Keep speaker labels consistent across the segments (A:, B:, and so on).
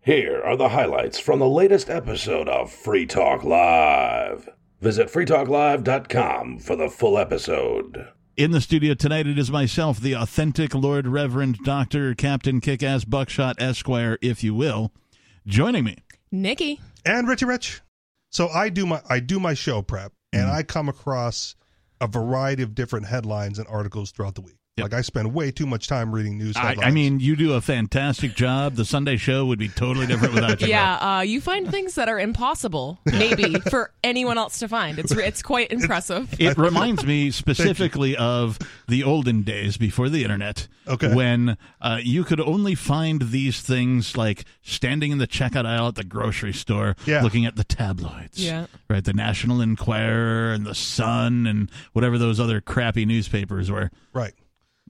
A: Here are the highlights from the latest episode of Free Talk Live. Visit freetalklive.com for the full episode.
B: In the studio tonight, it is myself, the authentic Lord Reverend Dr. Captain Kickass Buckshot Esquire, if you will, joining me.
C: Nikki.
D: and Richie Rich. So I do my I do my show prep,
B: Mm-hmm.
D: and I come across a variety of different headlines and articles throughout the week.
B: Yep.
D: Like I spend way too much time reading news
B: I,
D: headlines.
B: I mean, you do a fantastic job. The Sunday show would be totally different without you.
C: Yeah, uh, you find things that are impossible, maybe, for anyone else to find. It's it's quite impressive.
B: It reminds me specifically of the olden days before the internet,
D: Okay.
B: when uh, you could only find these things like standing in the checkout aisle at the grocery store,
D: Yeah.
B: looking at the tabloids,
C: Yeah.
B: right? The National Enquirer and the Sun and whatever those other crappy newspapers were.
D: right.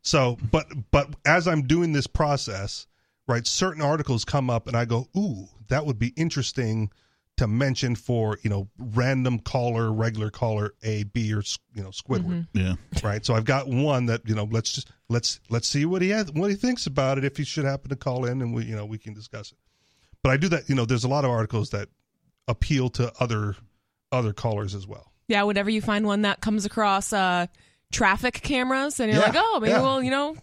D: So, but but as I'm doing this process, right, certain articles come up, and I go, "Ooh, that would be interesting." To mention for you know random caller, regular caller A, B, or you know Squidward,
B: Yeah,
D: right? So I've got one that you know let's just let's let's see what he has, what he thinks about it if he should happen to call in and we you know we can discuss it. But I do that you know there's a lot of articles that appeal to other other callers as well.
C: Yeah, whenever you find one that comes across uh, traffic cameras, and you're
D: Yeah,
C: like, oh, maybe
D: yeah.
C: we'll, you know,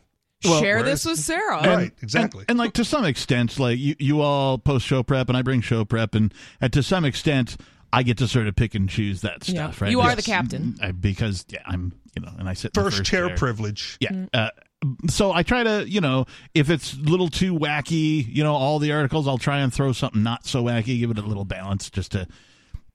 B: Well,
C: share
D: where
C: this
D: is-
C: with Sarah.
D: Right. exactly.
B: And, and, like to some extent, like you, you all post show prep and I bring show prep, and, and to some extent, I get to sort of pick and choose that
C: Yeah.
B: stuff, right?
C: You are the
B: Because-
C: captain.
B: I, because yeah, I'm, you know, and I sit in the
D: First, chair privilege.
B: Yeah.
C: Mm.
B: Uh, so I try to, you know, if it's a little too wacky, you know, all the articles, I'll try and throw something not so wacky, give it a little balance just to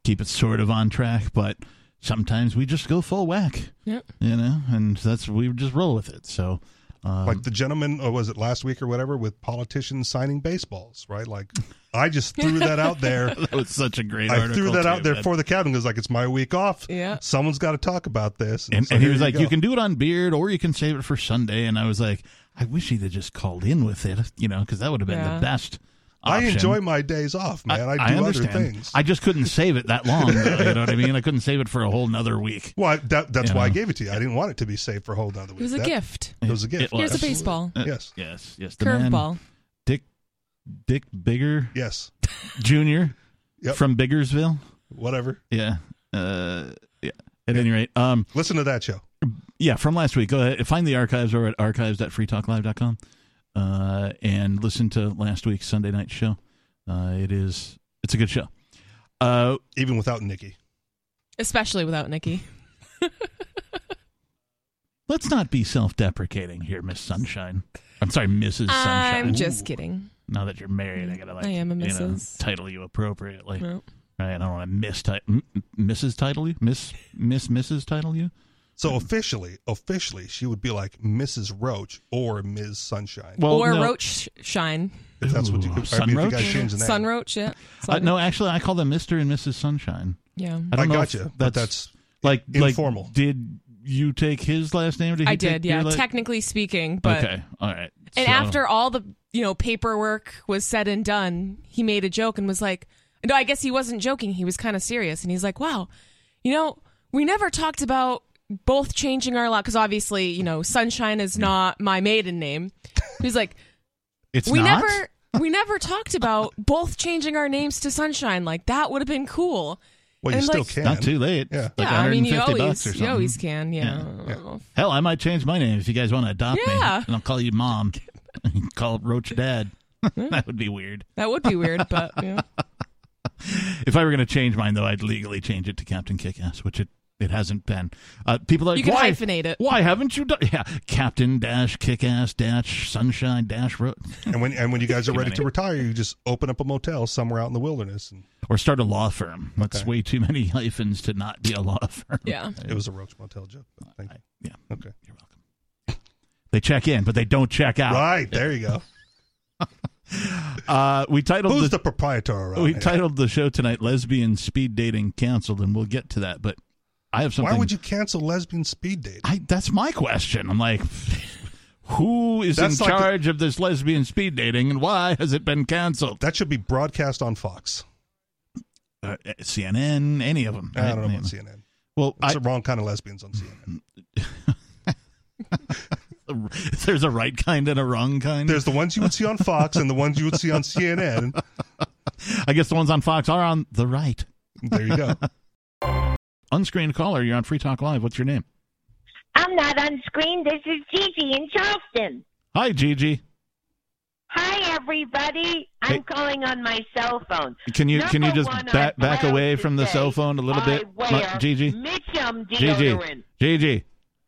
B: keep it sort of on track. But sometimes we just go full whack,
C: Yep.
B: you know, and that's, we just roll with it. So, um,
D: Like the gentleman, or was it last week or whatever, with politicians signing baseballs, right? Like, I just threw that out there.
B: that was such a great
D: I
B: article.
D: threw that
B: too,
D: out there
B: man.
D: for the captain because, like, it's my week off.
C: Yeah.
D: Someone's got to talk about this.
B: And,
D: so
B: and he
D: here
B: was like, you,
D: go.
B: can do it on beard or you can save it for Sunday. And I was like, I wish he'd have just called in with it, you know, because that would have been
C: Yeah.
B: the best
D: I
B: option.
D: enjoy my days off, man. I, do other things.
B: I just couldn't save it that long. though, you know what I mean? I couldn't save it for a whole nother week.
D: Well, I, that, that's
B: You
D: why I
B: know.
D: gave it to you. I didn't want it to be safe for a whole nother week.
C: It was a
D: That-
C: gift.
D: It was a gift.
B: It was.
C: Here's a baseball.
B: Uh,
D: Yes.
B: Yes. Yes. The man,
C: Curveball.
B: Dick, Dick Bigger
D: Yes.
B: Jr.
D: Yep.
B: from Biggersville.
D: Whatever.
B: Yeah. Uh, yeah. At any rate, um,
D: Listen to that show.
B: yeah, from last week. Go ahead. Find the archives over at archives.freetalklive.com uh, and listen to last week's Sunday night show. Uh, it is, it's a good show. Uh,
D: Even without Nikki.
C: Especially without Nikki.
B: let's not be self deprecating here, Miss Sunshine. I'm sorry, missus Sunshine.
C: I'm just kidding.
B: now that you're married, I gotta like
C: I am a Mm.
B: you know,
C: Mrs..
B: title you appropriately.
C: No.
B: Right? I don't want to miss ti- m- Mrs. title you, Miss Miss Mrs. title you.
D: So
B: Mm-hmm.
D: officially, officially, she would be like Mrs. Roach or Ms. Sunshine.
B: Well,
C: or
B: no,
C: Roach Shine.
D: if that's what you
B: Ooh,
D: could. I
B: Sun
D: mean, if you
B: Roach?
D: guys change the name.
C: Sun Roach, yeah.
B: Uh, no, actually, I call them Mister and Mrs. Sunshine.
C: Yeah.
B: I,
D: I,
B: don't know
D: got
B: if
D: you, but that's
B: like
D: informal.
B: Like, did you take his last name? Or did he
C: I
B: take
C: did,
B: your
C: yeah.
B: la-
C: Technically speaking, but
B: okay, all right.
C: And
B: So-
C: after all the you know paperwork was said and done, he made a joke and was like, "No, I guess he wasn't joking. He was kind of serious." And he's like, "Wow, you know, we never talked about both changing our lot because obviously, you know, Sunshine is not my maiden name." He's like,
B: it's
C: "We
B: not?
C: never, we never talked about both changing our names to Sunshine. Like that would have been cool."
D: well, you
C: and,
D: still
C: like-
D: can.
B: not too late.
D: Yeah.
B: like
C: yeah, I mean, you
B: 150 bucks
C: always,
B: or
C: you
B: something.
C: always can, yeah.
B: Hell, I might change my name if you guys want to adopt me,
C: Yeah.
B: and I'll call you mom. call it Roach Dad. that would be weird.
C: That would be weird, but you know.
B: If I were going to change mine, though, I'd legally change it to Captain Kickass, which it it hasn't been. Uh, people are like,
C: You can
B: why,
C: hyphenate it."
B: Why haven't you done? Yeah, Captain Dash Kickass Dash Sunshine Dash Roach,
D: And when and when you guys are
B: Too
D: ready
B: many.
D: to retire, you just open up a motel somewhere out in the wilderness. And
B: or start a law firm. That's
D: Okay.
B: way too many hyphens to not be a law firm.
C: Yeah.
D: it was a Roach Motel joke. but Thank you.
B: yeah.
D: Okay.
B: You're welcome. They check in, but they don't check out.
D: Right there you go.
B: Uh, we titled
D: Who's
B: the Oh,
D: the proprietor around
B: we
D: here?
B: titled the show tonight "Lesbian Speed Dating Canceled," and we'll get to that. But I have something.
D: Why would you cancel lesbian speed dating?
B: I, that's my question. I'm like, who is
D: That's
B: in
D: like the-
B: charge of this lesbian speed dating, and why has it been canceled?
D: That should be broadcast on Fox.
B: Uh, CNN, any of them?
D: I don't know
B: Right?
D: about CNN.
B: Well,
D: It's
B: I,
D: the wrong kind of lesbians on CNN.
B: there's a right kind and a wrong kind.
D: There's the ones you would see on Fox and the ones you would see on CNN.
B: I guess the ones on Fox are on the right.
D: There you go.
B: Unscreened caller, you're on Free Talk Live. What's your name?
E: I'm not on screen. This is Gigi in Charleston.
B: Hi, Gigi.
E: Hi, everybody. I'm
B: Hey.
E: calling on my cell phone.
B: Can you can you
E: Number
B: just
E: one, I'm
B: back back
E: proud
B: away
E: to
B: from the
E: say
B: cell phone a little
E: I
B: bit,
E: wear
B: Ma- Gigi?
E: Mitchum
B: Gigi,
E: deodorant.
B: Gigi,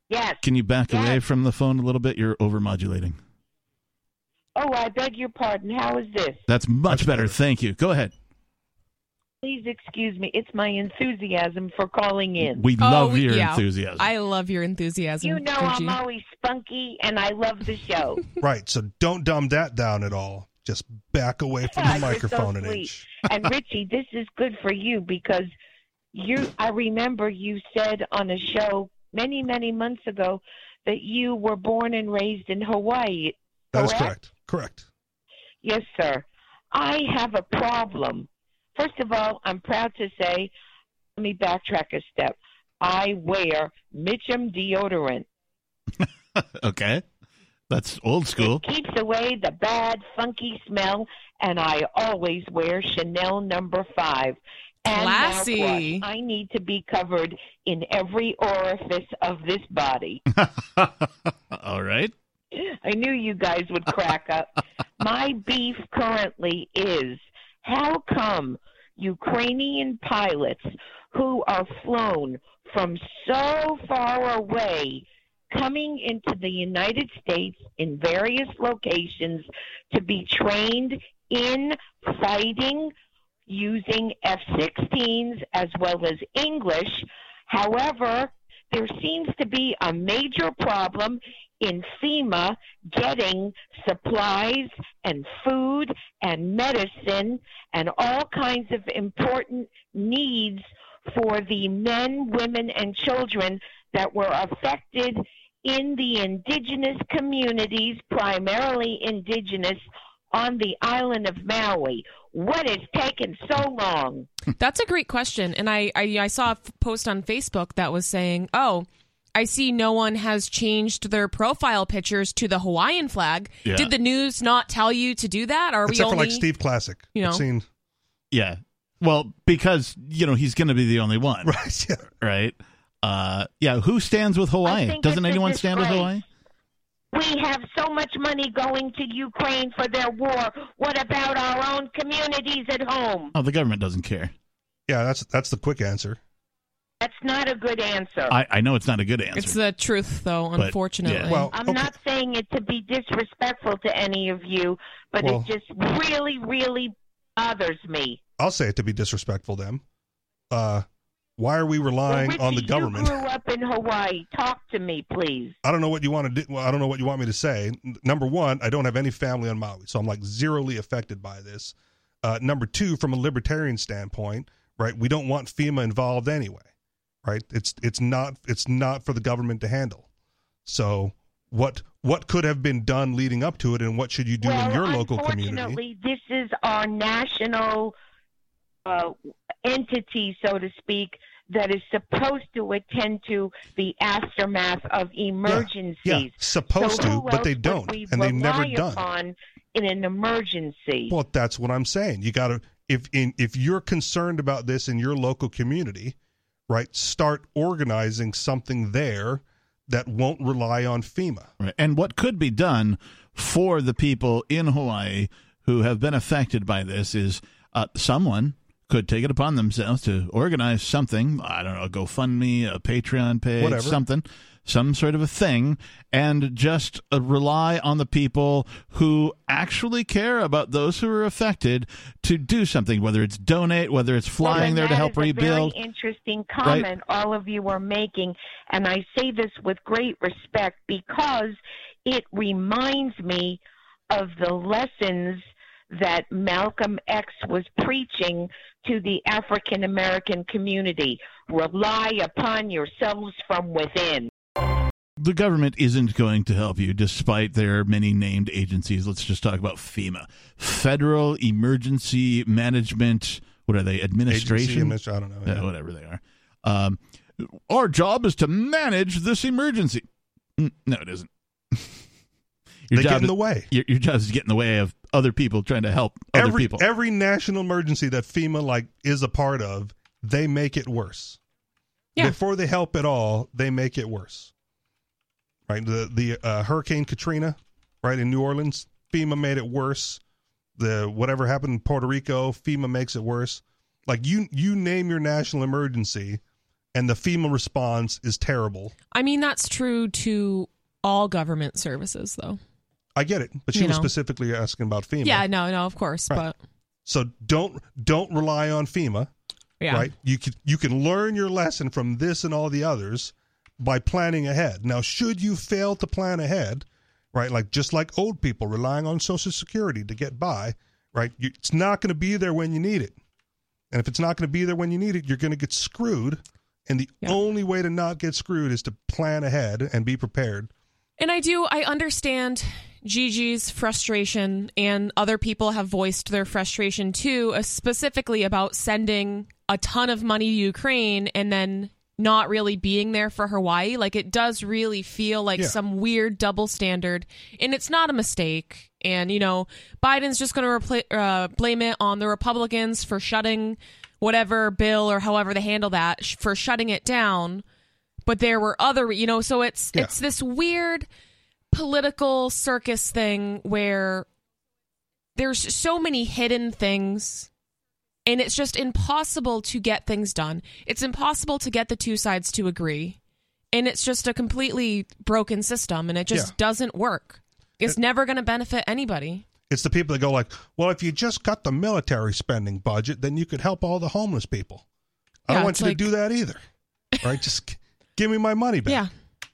E: Yes.
B: can you back
E: Yes.
B: away from the phone a little bit? You're overmodulating.
E: Oh, I beg your pardon. How is this?
B: That's much
D: That's
B: better.
D: better.
B: Thank you. Go ahead.
E: Please excuse me. It's my enthusiasm for calling in.
B: We
C: Oh,
B: love
C: we-
B: your
C: yeah.
B: enthusiasm.
C: I love your enthusiasm.
E: You know
C: Gigi.
E: I'm always spunky, and I love the show.
D: right. So don't dumb that down at all. Just back away from the
E: Yeah, you're so
D: microphone an
E: sweet.
D: inch.
E: and Richie, this is good for you because you I remember you said on a show many, many months ago that you were born and raised in Hawaii.
D: That is
E: Correct?
D: correct. Correct.
E: Yes, sir. I have a problem. First of all, I'm proud to say let me backtrack a step. I wear Mitchum deodorant.
B: okay. That's old school.
E: Keeps away the bad, funky smell, and I always wear Chanel number five. And
C: Classy.
E: mouthwash. I need to be covered in every orifice of this body.
B: All right.
E: I knew you guys would crack up. My beef currently is how come Ukrainian pilots who are flown from so far away coming into the United States in various locations to be trained in fighting using F 16s as well as English. However, there seems to be a major problem in FEMA getting supplies and food and medicine and all kinds of important needs for the men, women, and children that were affected in the indigenous communities, primarily indigenous, on the island of Maui. What has taken so long?
C: That's a great question, and I, I I saw a f- post on Facebook that was saying, "Oh, I see no one has changed their profile pictures to the Hawaiian flag.
B: Yeah.
C: Did the news not tell you to do that? Are
D: Except
C: we
D: for
C: only
D: like Steve Classic.
C: you know.
D: I've seen.
B: Yeah. Well, because you know he's going to be the only one, right?
D: Right. Yeah.
B: Uh, yeah. Who stands with
E: I
B: Hawaii?
E: think
B: Doesn't
E: it's a
B: anyone stand with
E: disgrace.
B: Hawaii?
E: We have so much money going to Ukraine for their war. What about our own communities at home?
B: Oh, the government doesn't care.
D: Yeah. That's that's the quick answer.
E: That's not a good answer.
B: I, I know it's not a good answer.
C: It's the truth, though.
B: But,
C: Unfortunately,
B: yeah.
D: Well,
E: I'm
D: okay.
E: not saying it to be disrespectful to any of you, but
D: Well-
E: it just really, really bothers me.
D: I'll say it to be disrespectful. to Them. Uh, why are we relying
E: Richie,
D: on the government?
E: You grew up in Hawaii. Talk to me, please.
D: I don't know what you want to do. Well, I don't know what you want me to say. N- Number one, I don't have any family on Maui, so I'm like zeroly affected by this. Uh, number two, from a libertarian standpoint, right? We don't want FEMA involved anyway, right? It's it's not it's not for the government to handle. So what what could have been done leading up to it, and what should you do
E: well,
D: in your local community?
E: unfortunately, this is our national uh, entity, so to speak, that is supposed to attend to the aftermath of emergencies.
D: Yeah, supposed
E: So
D: to,
E: who
D: but they
E: else would
D: don't,
E: we
D: and they've never
E: rely
D: done.
E: upon in an emergency.
D: Well, that's what I'm saying. You got to if in if you're concerned about this in your local community, right? Start organizing something there that won't rely on FEMA.
B: Right. And what could be done for the people in Hawaii who have been affected by this is uh, someone could take it upon themselves to organize something. I don't know, a GoFundMe, a Patreon page,
D: Whatever.
B: something, some sort of a thing, and just uh, rely on the people who actually care about those who are affected to do something, whether it's donate, whether it's
E: Well,
B: flying
E: then
B: there to
E: that
B: help
E: is a
B: rebuild.
E: Very interesting comment all of you are making, and I say this with great respect because it reminds me of the lessons that Malcolm X was preaching to the African American community. Rely upon yourselves from within.
B: the government isn't going to help you despite their many named agencies. Let's just talk about FEMA, Federal Emergency Management. What are they?
D: Agency,
B: Administration?
D: administ- I don't know.
B: Uh, whatever they are. Um, our job is to manage this emergency. Mm, No, it isn't.
D: They
B: job
D: get in
B: is-
D: the way.
B: your, your job is to get in the way of other people trying to help other
D: every
B: people.
D: every national emergency that FEMA like is a part of, they make it worse.
C: Yeah.
D: Before they help at all, they make it worse. Right. The the uh, Hurricane Katrina, right in New Orleans, FEMA made it worse. The whatever happened in Puerto Rico, FEMA makes it worse. Like you you name your national emergency, and the FEMA response is terrible.
C: I mean, that's true to all government services, though.
D: I get it, but she
C: You
D: was
C: know.
D: specifically asking about FEMA.
C: Yeah, no, no, of course,
D: Right.
C: but
D: So don't don't rely on FEMA.
C: yeah,
D: right? You can you can learn your lesson from this and all the others by planning ahead. Now, should you fail to plan ahead, right? Like just like old people relying on Social Security to get by, right? You, it's not going to be there when you need it, and if it's not going to be there when you need it, you're going to get screwed. And the
C: Yeah.
D: only way to not get screwed is to plan ahead and be prepared.
C: And I do, I understand Gigi's frustration, and other people have voiced their frustration too, uh, specifically about sending a ton of money to Ukraine and then not really being there for Hawaii. Like, it does really feel like
D: Yeah.
C: some weird double standard, and it's not a mistake. And, you know, Biden's just going to repla- uh, blame it on the Republicans for shutting whatever bill or however they handle that, sh- for shutting it down but there were other you know so it's
D: Yeah.
C: it's this weird political circus thing where there's so many hidden things and it's just impossible to get things done it's impossible to get the two sides to agree and it's just a completely broken system and it just
D: Yeah.
C: doesn't work it's never going to benefit anybody
D: It's the people that go like, "Well, if you just cut the military spending budget, then you could help all the homeless people."
C: Yeah,
D: I don't want
C: it's
D: you
C: like-
D: to do that either, right? just g- give me my money back.
C: yeah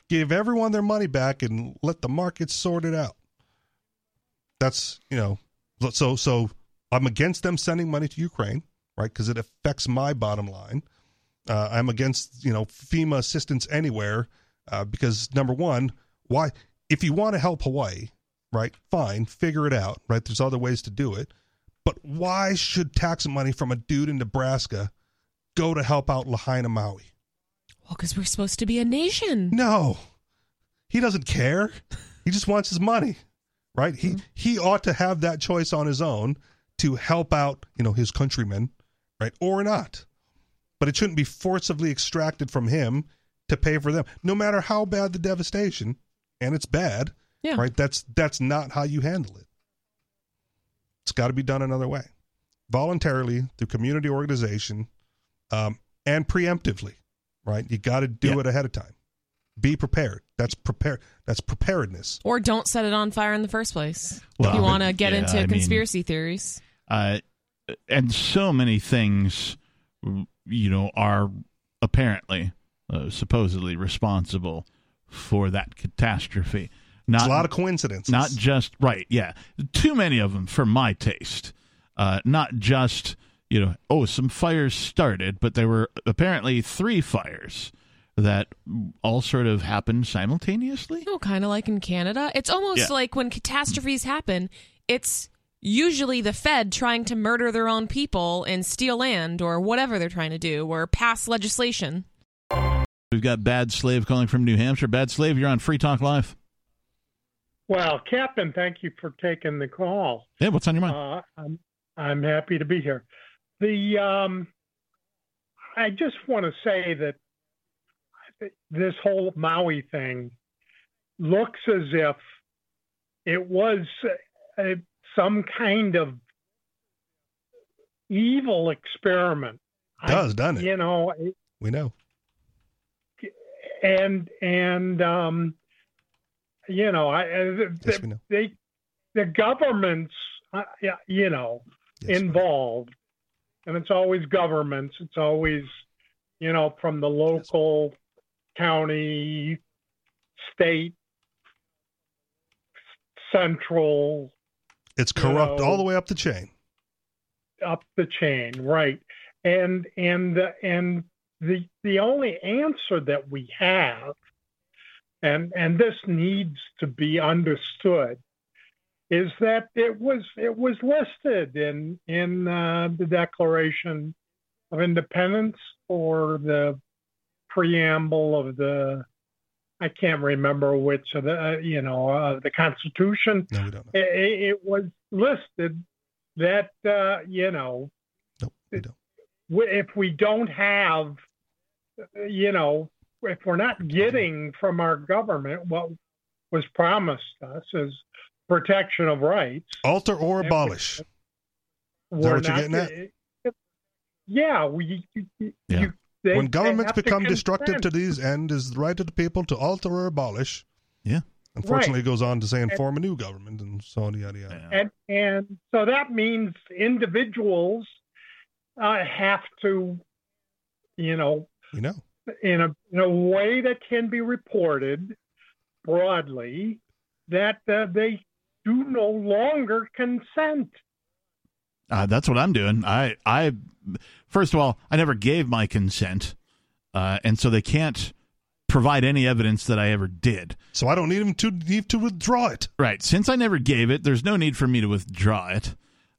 D: give everyone their money back and let the market sort it out. That's you know, so so I'm against them sending money to Ukraine, right? Because it affects my bottom line. Uh, I'm against you know FEMA assistance anywhere uh, because number one, why if you want to help Hawaii, right? Fine, figure it out, right? There's other ways to do it, but why should tax money from a dude in Nebraska go to help out Lahaina Maui?
C: well because we're supposed to be a nation
D: No, he doesn't care. He just wants his money, right? He he ought to have that choice on his own to help out, you know, his countrymen, right, or not. But it shouldn't be forcibly extracted from him to pay for them, no matter how bad the devastation, and it's bad,
C: Yeah.
D: right? That's that's not how you handle it. It's got to be done another way, voluntarily through community organization, um, and preemptively, right? You got to do
B: Yeah.
D: it ahead of time be prepared. That's prepare. That's preparedness.
C: or don't set it on fire in the first place
B: Well,
C: if you want to get
B: yeah,
C: into
B: I mean-
C: conspiracy theories
B: uh, and so many things, you know, are apparently, uh, supposedly responsible for that catastrophe.
D: It's
B: Not
D: a lot of coincidences.
B: not just right, yeah. Too many of them for my taste. Uh, not just you know, oh, some fires started, but there were apparently three fires that all sort of happened simultaneously.
C: No, kind of like in Canada. It's almost
B: Yeah.
C: like when catastrophes happen, it's usually the Fed trying to murder their own people and steal land or whatever they're trying to do or pass legislation.
B: We've got Bad Slave calling from New Hampshire. Bad Slave, you're on Free Talk Live.
F: Well, Captain, thank you for taking the call.
B: Yeah, what's on your mind?
F: Uh, I'm I'm happy to be here. The um, I just want to say that this whole Maui thing looks as if it was uh some kind of evil experiment. I-
D: does doesn't it?
F: you know?
D: We know.
F: and and um, you know, I, uh, I-
D: Yes, we know.
F: they the governments, uh, yeah, you know,
D: Yes, we know.
F: involved, and it's always governments. It's always you know from the local, county, state, central,
D: It's corrupt
F: you know,
D: all the way up the chain.
F: up the chain, right? And and the, and the the only answer that we have, and and this needs to be understood, is that it was it was listed in in uh, the Declaration of Independence or the preamble of the I can't remember which of the uh, you know uh, the Constitution.
D: No, we don't. Know.
F: It, it was listed that uh, you know
D: No, we don't.
F: we- if we don't have, uh, you know, if we're not getting from our government what was promised us as protection of rights,
D: Alter or abolish. Oh, that
F: we're
D: what you're
F: not- Yeah, we. you-
B: Yeah.
F: you- they-
D: when
F: they
D: governments
F: have to
D: become destructive
F: consent.
D: to these end is the right of the people to alter or abolish.
B: Yeah.
D: Unfortunately,
F: Right.
D: it goes on to say and
F: And-
D: form a new government and so on, yada yada.
B: Yeah.
F: and and so that means individuals uh, have to, you know,
D: We know.
F: in a in a way that can be reported broadly that uh, they do no longer consent.
B: Uh, that's what I'm doing. I, I, first of all, I never gave my consent, uh, and so they can't provide any evidence that I ever did.
D: So I don't need him to need to withdraw it.
B: Right. Since I never gave it, there's no need for me to withdraw it.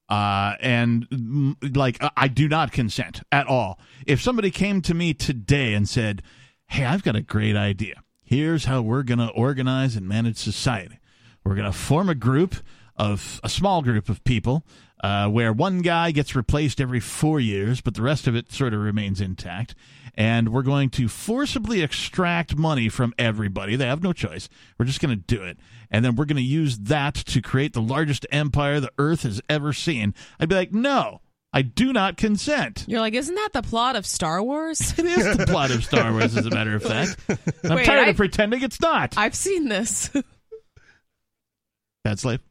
B: Uh, and mm, like, I- I do not consent at all. If somebody came to me today and said, Hey, I've got a great idea. Here's how we're going to organize and manage society. We're going to form a group of a small group of people uh, where one guy gets replaced every four years, but the rest of it sort of remains intact. And we're going to forcibly extract money from everybody. They have no choice. We're just going to do it. And then we're going to use that to create the largest empire the earth has ever seen. I'd be like, no, I do not consent.
C: You're like, isn't that the plot of Star Wars?
B: It is the plot of Star Wars, as a matter of fact. I'm
C: Wait,
B: tired
C: I-
B: of pretending it's not.
C: I've seen this.
B: That's like,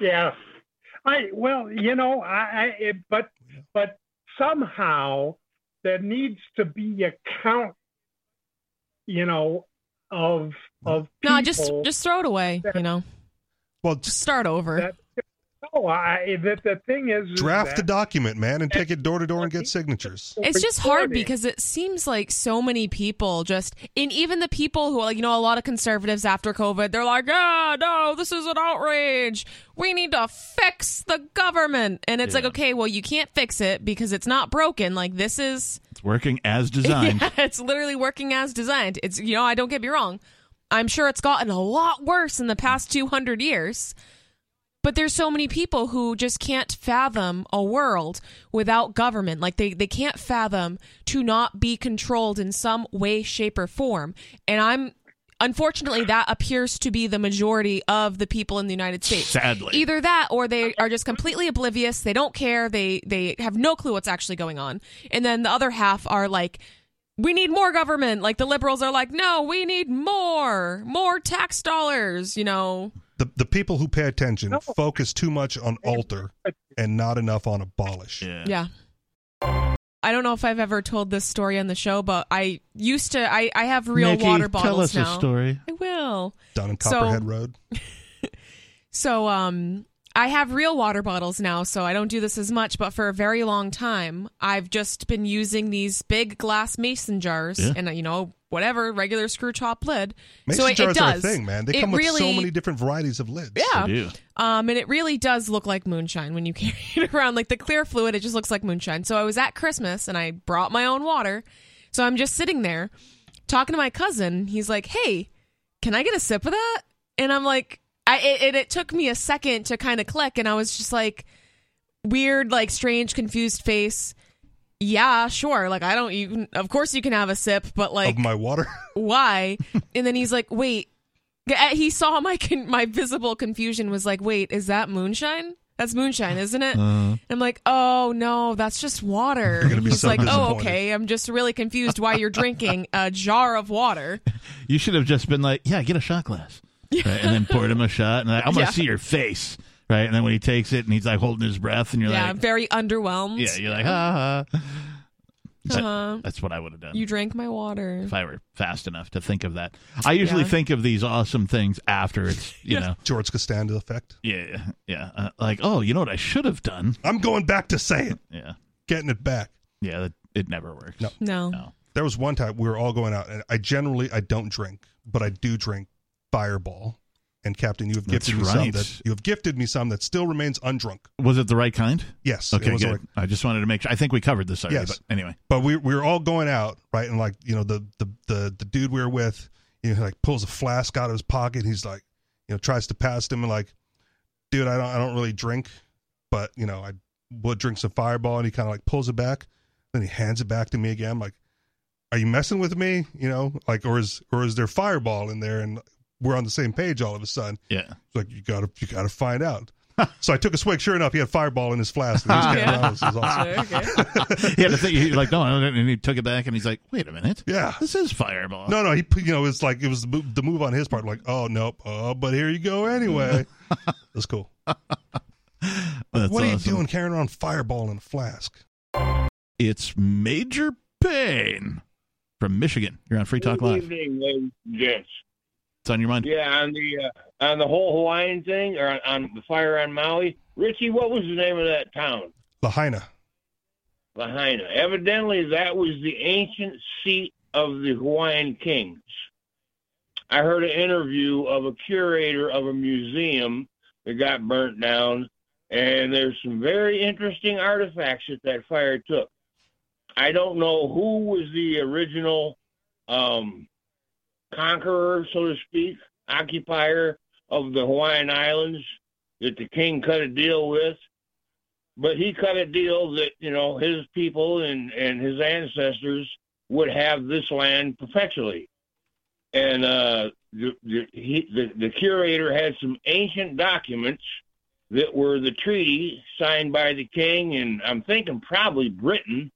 F: Yes, I well, you know, I, I it, but but somehow there needs to be a count, you know, of of
C: no, just
F: people
C: just throw it away. You know,
D: Well,
C: just start over.
F: That- No, I the, the thing is is
D: draft the
F: that-
D: document, man, and take it door to door and get signatures.
C: It's just hard
F: Recording.
C: because it seems like so many people just, and even the people who, are like, you know, a lot of conservatives after COVID, they're like, ah, no, this is an outrage. We need to fix the government. And it's like, okay, well, you can't fix it because it's not broken. Like, this is,
B: it's working as designed.
C: Yeah, it's literally working as designed. It's, you know, I don't get me wrong. I'm sure it's gotten a lot worse in the past 200 years. But there's so many people who just can't fathom a world without government. Like they, they can't fathom to not be controlled in some way, shape, or form. And I'm unfortunately that appears to be the majority of the people in the United States.
B: Sadly.
C: Either that or they are just completely oblivious. They don't care. They they have no clue what's actually going on. And then the other half are like we need more government. Like the liberals are like, no, we need more, more tax dollars. You know,
D: The the people who pay attention
F: No.
D: focus too much on alter and not enough on abolish.
C: Yeah. I don't know if I've ever told this story on the show, but I used to. I, I have real
B: Nikki,
C: water bottles
B: Tell us
C: now.
B: a story.
C: I will.
D: Down in
C: So-
D: Copperhead Road.
C: So um I have real water bottles now, so I don't do this as much, but for a very long time I've just been using these big glass mason jars
B: Yeah.
C: and uh, you know whatever regular screw top lid.
D: Mason
C: so it,
D: jars
C: it does.
D: are a thing, man. They
C: It
D: come with so
C: really-
D: many different varieties of lids.
C: Yeah.
B: I do.
C: Um, and it really does look like moonshine when you carry it around. Like the clear fluid, it just looks like moonshine. So I was at Christmas and I brought my own water. So I'm just sitting there talking to my cousin. He's like, hey, can I get a sip of that? And I'm like, I, it, it, it took me a second to kind of click. And I was just like, weird, like strange, confused face. Yeah, sure. Like, I don't even, of course you can have a sip, but like,
D: Of my water.
C: why? And then he's like, wait. He saw my con- my visible confusion. Was like, wait, is that moonshine? That's moonshine, isn't it? And I'm like, oh no, that's just water.
D: gonna be
C: He's
D: so
C: like, oh
D: disappointed.
C: okay. I'm just really confused why you're drinking a jar of water.
B: You should have just been like, yeah, get a shot glass. Right? And then poured him a shot. And like, I'm going to
C: Yeah.
B: see your face. Right. And then when he takes it and he's like holding his breath and you're
C: yeah,
B: like,
C: I'm very underwhelmed.
B: yeah, you're like, ha ha. But
C: Uh-huh.
B: That's what I would have done.
C: You drank my water.
B: if I were fast enough to think of that, I usually
C: Yeah.
B: think of these awesome things after it's, you know,
D: George Costanza effect.
B: yeah, yeah, uh, like oh, you know what I should have done,
D: I'm going back to say it.
B: yeah,
D: Getting it back.
B: yeah, that, it never works.
D: No.
C: No.
B: No.
D: There was one time we were all going out and I generally I don't drink, but I do drink fireball. And Captain, you have
B: That's
D: gifted me some
B: right.
D: that you have gifted me some that still remains undrunk.
B: Was it the right kind?
D: Yes. it
B: Okay,
D: was
B: good.
D: like-
B: I just wanted to make sure. I think we covered this already,
D: Yes.
B: but anyway.
D: but we we were all going out, right? And like, you know, the the the, the dude we were with, you know, like pulls a flask out of his pocket. He's like, you know, tries to pass him and like, dude, I don't I don't really drink, but you know, I would drink some fireball and he kinda like pulls it back, then he hands it back to me again. I'm like, are you messing with me? You know, like or is or is there fireball in there and we're on the same page all of a sudden.
B: Yeah.
D: It's like you gotta you gotta find out. so I took a swig. Sure enough, he had fireball in his flask. And he just kept
C: Yeah.
D: going. This is awesome.
C: okay.
B: Yeah, the thing, he like, no, I don't- and he took it back and he's like, wait a minute.
D: Yeah.
B: This is Fireball.
D: No, no, he you know it's like it was the move, the move on his part. Like, oh nope, oh but here you go anyway. That's cool.
B: That's
D: what are
B: awesome.
D: you doing carrying around fireball in a flask?
B: It's Major Payne from Michigan. You're on Free Talk
G: Good
B: Live.
G: evening, ladies and gents.
B: It's on your mind.
G: Yeah, on the uh, on the whole Hawaiian thing, or on, on the fire on Maui. Richie, what was the name of that town?
D: Lahaina.
G: Lahaina. Evidently, that was the ancient seat of the Hawaiian kings. I heard an interview of a curator of a museum that got burnt down, and there's some very interesting artifacts that that fire took. I don't know who was the original um, conqueror, so to speak, occupier of the Hawaiian Islands that the king cut a deal with but he cut a deal that you know his people and and his ancestors would have this land perpetually and uh the the, he, the the curator had some ancient documents that were the treaty signed by the king and i'm thinking probably britain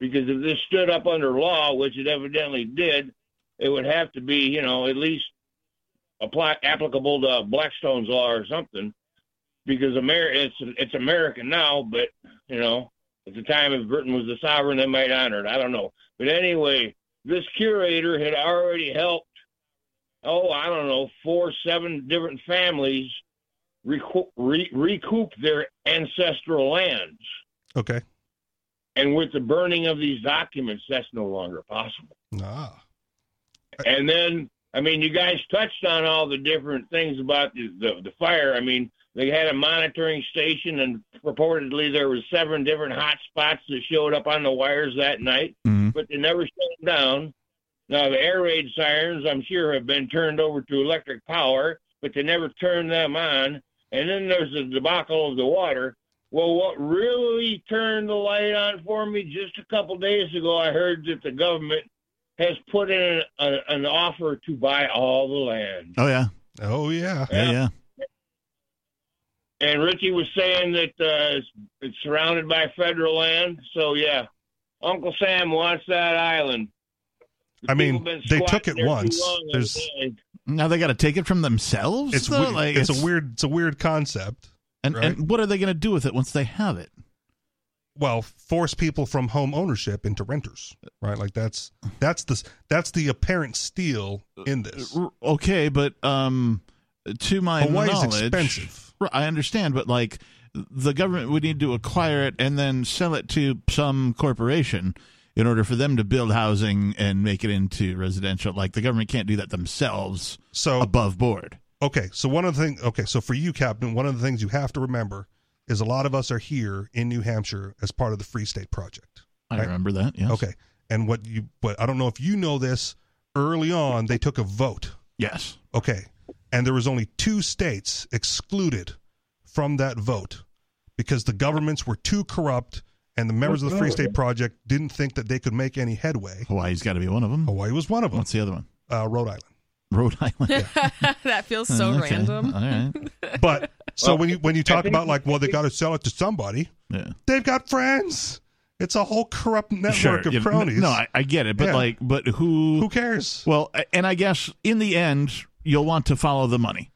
G: because if this stood up under law which it evidently did it would have to be you know at least apply applicable to blackstone's law or something because Amer- it's it's American now, but you know, at the time if Britain was the sovereign, they might honor it. I don't know, but anyway, this curator had already helped. Oh, I don't know, four, seven different families recoup, re- recoup their ancestral lands,
D: Okay.
G: and with the burning of these documents, that's no longer possible.
D: Ah.
G: And then, I mean, you guys touched on all the different things about the, the, the fire. I mean, they had a monitoring station, and purportedly there was seven different hot spots that showed up on the wires that night,
D: Mm-hmm.
B: Mhm.
G: but they never shut them down. Now, the air raid sirens, I'm sure, have been turned over to electric power, but they never turned them on. And then there's the debacle of the water. Well, what really turned the light on for me just a couple days ago, I heard that the government has put in a, an offer to buy all the land.
B: Oh, yeah.
D: Oh yeah.
B: Yeah,
G: Yeah.
B: yeah.
G: And Richie was saying that uh, it's, it's surrounded by federal land. So, yeah, Uncle Sam wants that island. The
D: I mean,
G: people been
D: they took
G: squatting
D: it
G: there too
D: once.
G: long. uh,
D: There's-
B: Now they got to take it from themselves?
D: It's
B: though?
D: weird.
B: Like,
D: it's, a weird it's a weird concept.
B: And,
D: right?
B: and what are they going to do with it once they have it?
D: Well, force people from home ownership into renters, right? Like that's that's the that's the apparent steal in this.
B: R- Okay, but um, to my
D: Uh, Hawaii's
B: knowledge,
D: expensive.
B: R- I understand, but like the government would need to acquire it and then sell it to some corporation in order for them to build housing and make it into residential. Like the government can't do that themselves
D: So
B: above board.
D: Okay, so one of the things, okay, so for you, Captain, one of the things you have to remember is a lot of us are here in New Hampshire as part of the Free State Project.
B: I
D: Right.
B: remember that. Yes.
D: Okay, and what you, but I don't know if you know this, early on they took a vote.
B: Yes.
D: Okay, and there was only two states excluded from that vote because the governments were too corrupt and the members of the Free State Project didn't think that they could make any headway.
B: Hawaii's got to be one of them.
D: Hawaii was one of them,
B: What's the other one?
D: uh, Rhode Island.
B: Rhode Island.
C: that feels so
B: Okay.
C: random.
B: All right.
D: But so
G: Well,
D: when you when you talk
G: think-
D: about like, well, they got to sell it to somebody.
B: Yeah.
D: they've got friends. It's a whole corrupt network of
B: you know,
D: cronies.
B: No, I, I get it, but
D: Yeah.
B: like, but who?
D: who cares?
B: Well, a- and I guess in the end, you'll want to follow the money,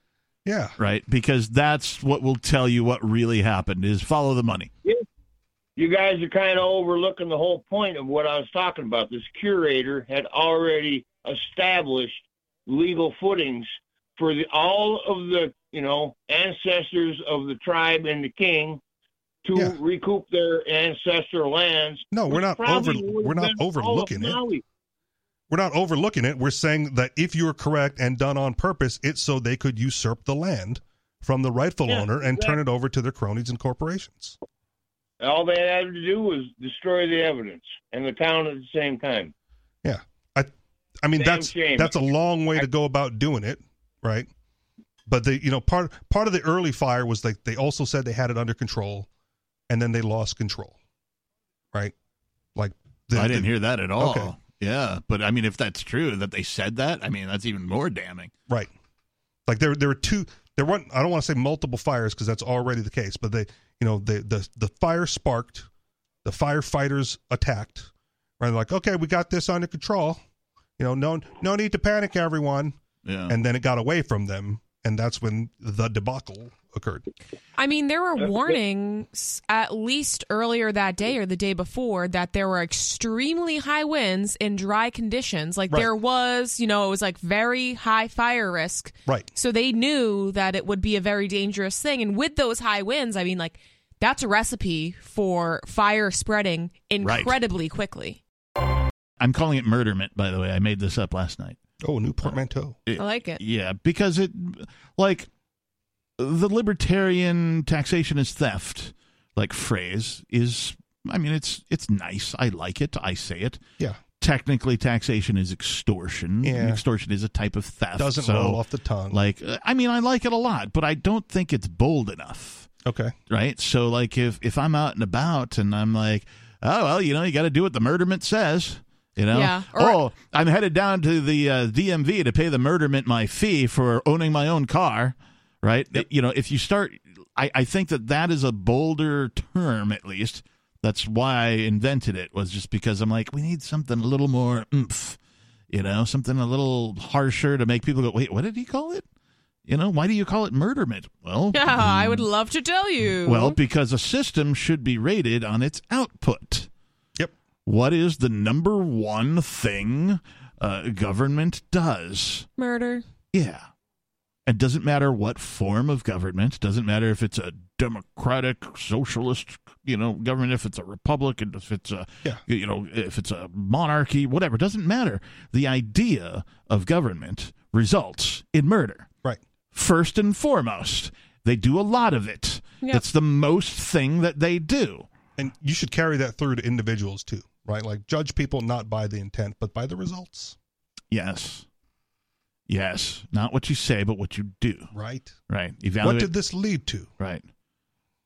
D: Yeah,
B: right? Because that's what will tell you what really happened is follow the money.
G: you guys are kind of overlooking the whole point of what I was talking about. This curator had already established legal footings for the, all of the you know ancestors of the tribe and the king to
D: Yeah.
G: recoup their ancestor lands.
D: No, we're
G: which
D: not
G: probably
D: over-
G: would
D: we're
G: have
D: not
G: been all of
D: overlooking it.
G: Maui.
D: We're not overlooking it. We're saying that if you're correct and done on purpose, it's so they could usurp the land from the rightful
G: Yeah,
D: owner and turn
G: exactly.
D: it over to their cronies and corporations.
G: All they had to do was destroy the evidence and the town at the same time.
D: I mean,
G: Damn
D: that's
G: shame.
D: that's a long way to go about doing it, right? But they, you know, part part of the early fire was like they also said they had it under control, and then they lost control, right? Like the,
B: I didn't hear that at all.
D: Okay.
B: Yeah, but I mean, if that's true that they said that, I mean, that's even more damning.
D: Right. Like there, there were two. There weren't. I don't want to say multiple fires because that's already the case. But they, you know, the the the fire sparked, the firefighters attacked. Right. They're like, okay, we got this under control. You know, no no need to panic, everyone.
B: Yeah.
D: And then it got away from them, and that's when the debacle occurred.
C: I mean, there were warnings at least earlier that day or the day before that there were extremely high winds in dry conditions. Like
D: Right.
C: there was, you know, it was like very high fire risk.
D: Right.
C: So they knew that it would be a very dangerous thing. And with those high winds, I mean, like that's a recipe for fire spreading
B: Right.
C: incredibly quickly.
B: I'm calling it murderment, by the way. I made this up last night.
D: Oh, new portmanteau.
B: It-
C: I like it.
B: Yeah, because it, like, the libertarian taxation is theft, like phrase is. I mean, it's it's nice. I like it. I say it.
D: Yeah.
B: Technically, taxation is extortion.
D: Yeah.
B: And Extortion is a type of theft.
D: Doesn't
B: Uh, so,
D: roll off the tongue.
B: Like, uh, I mean, I like it a lot, but I don't think it's bold enough.
D: okay.
B: right? So like if if I'm out and about and I'm like, oh well, you know, you got to do what the murderment says. You know,
C: Yeah, or-
B: oh, I'm headed down to the uh, DMV to pay the murderment my fee for owning my own car, right? You know, if you start, I, I think that that is a bolder term, at least. That's why I invented it was just because I'm like, we need something a little more oomph, you know, something a little harsher to make people go, wait, what did he call it? You know, why do you call it murderment? Well,
C: Yeah, I would love to tell you.
B: mm. well, because a system should be rated on its output.
D: Yep.
B: What is the number one thing uh, government does?
C: murder.
B: Yeah. It doesn't matter what form of government. Doesn't matter if it's a democratic, socialist, you know, government. If it's a republic, and if it's a,
D: Yeah.
B: you know, if it's a monarchy, whatever. Doesn't matter. The idea of government results in murder
D: Right.
B: first and foremost. They do a lot of it.
C: Yeah.
B: That's the most thing that they do.
D: And you should carry that through to individuals too, right? Like judge people not by the intent, but by the results.
B: Yes. Yes. Not what you say, but what you do.
D: Right.
B: Right.
D: what
B: Evaluate.
D: did this lead to?
B: right.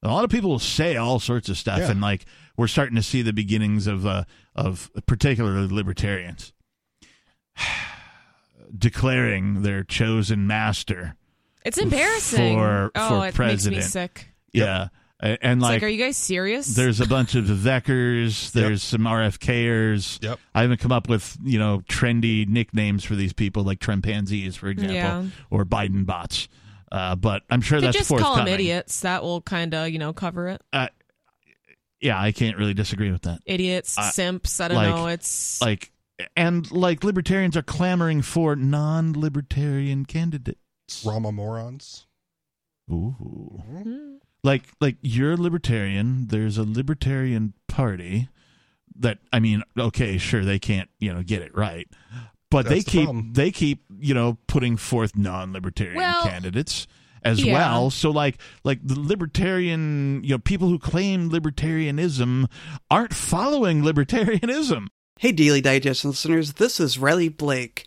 B: A lot of people will say all sorts of stuff,
D: Yeah.
B: and like we're starting to see the beginnings of uh, of particularly libertarians declaring their chosen master.
C: It's embarrassing.
B: For-
C: oh,
B: for
C: it
B: president.
C: makes me sick.
B: Yeah, A- and
C: It's
B: like,
C: like, are you guys serious?
B: there's a bunch of the Veckers,
D: Yep.
B: there's some RFKers.
D: Yep.
B: I haven't come up with, you know, trendy nicknames for these people, like trampanzees, for example,
C: Yeah.
B: or Biden bots. Uh, but I'm sure
C: Could
B: that's
C: just
B: forthcoming.
C: call them idiots. That will kind of, you know, cover it.
B: Yeah, I can't really disagree with that.
C: Idiots,
B: I-
C: simps. I don't
B: like-
C: know. It's
B: Like, and like libertarians are clamoring for non-libertarian candidates.
D: Rama morons.
B: Ooh.
C: Hmm.
B: Like like you're a libertarian, there's a libertarian party that I mean, okay, sure they can't, you know, get it right. But
D: That's
B: they
D: the
B: keep
D: problem.
B: they keep, you know, putting forth non-libertarian
C: Well,
B: candidates as
C: yeah.
B: well. So like like the libertarian, you know, people who claim libertarianism aren't following libertarianism.
H: Hey, Daily Digest listeners, this is Riley Blake.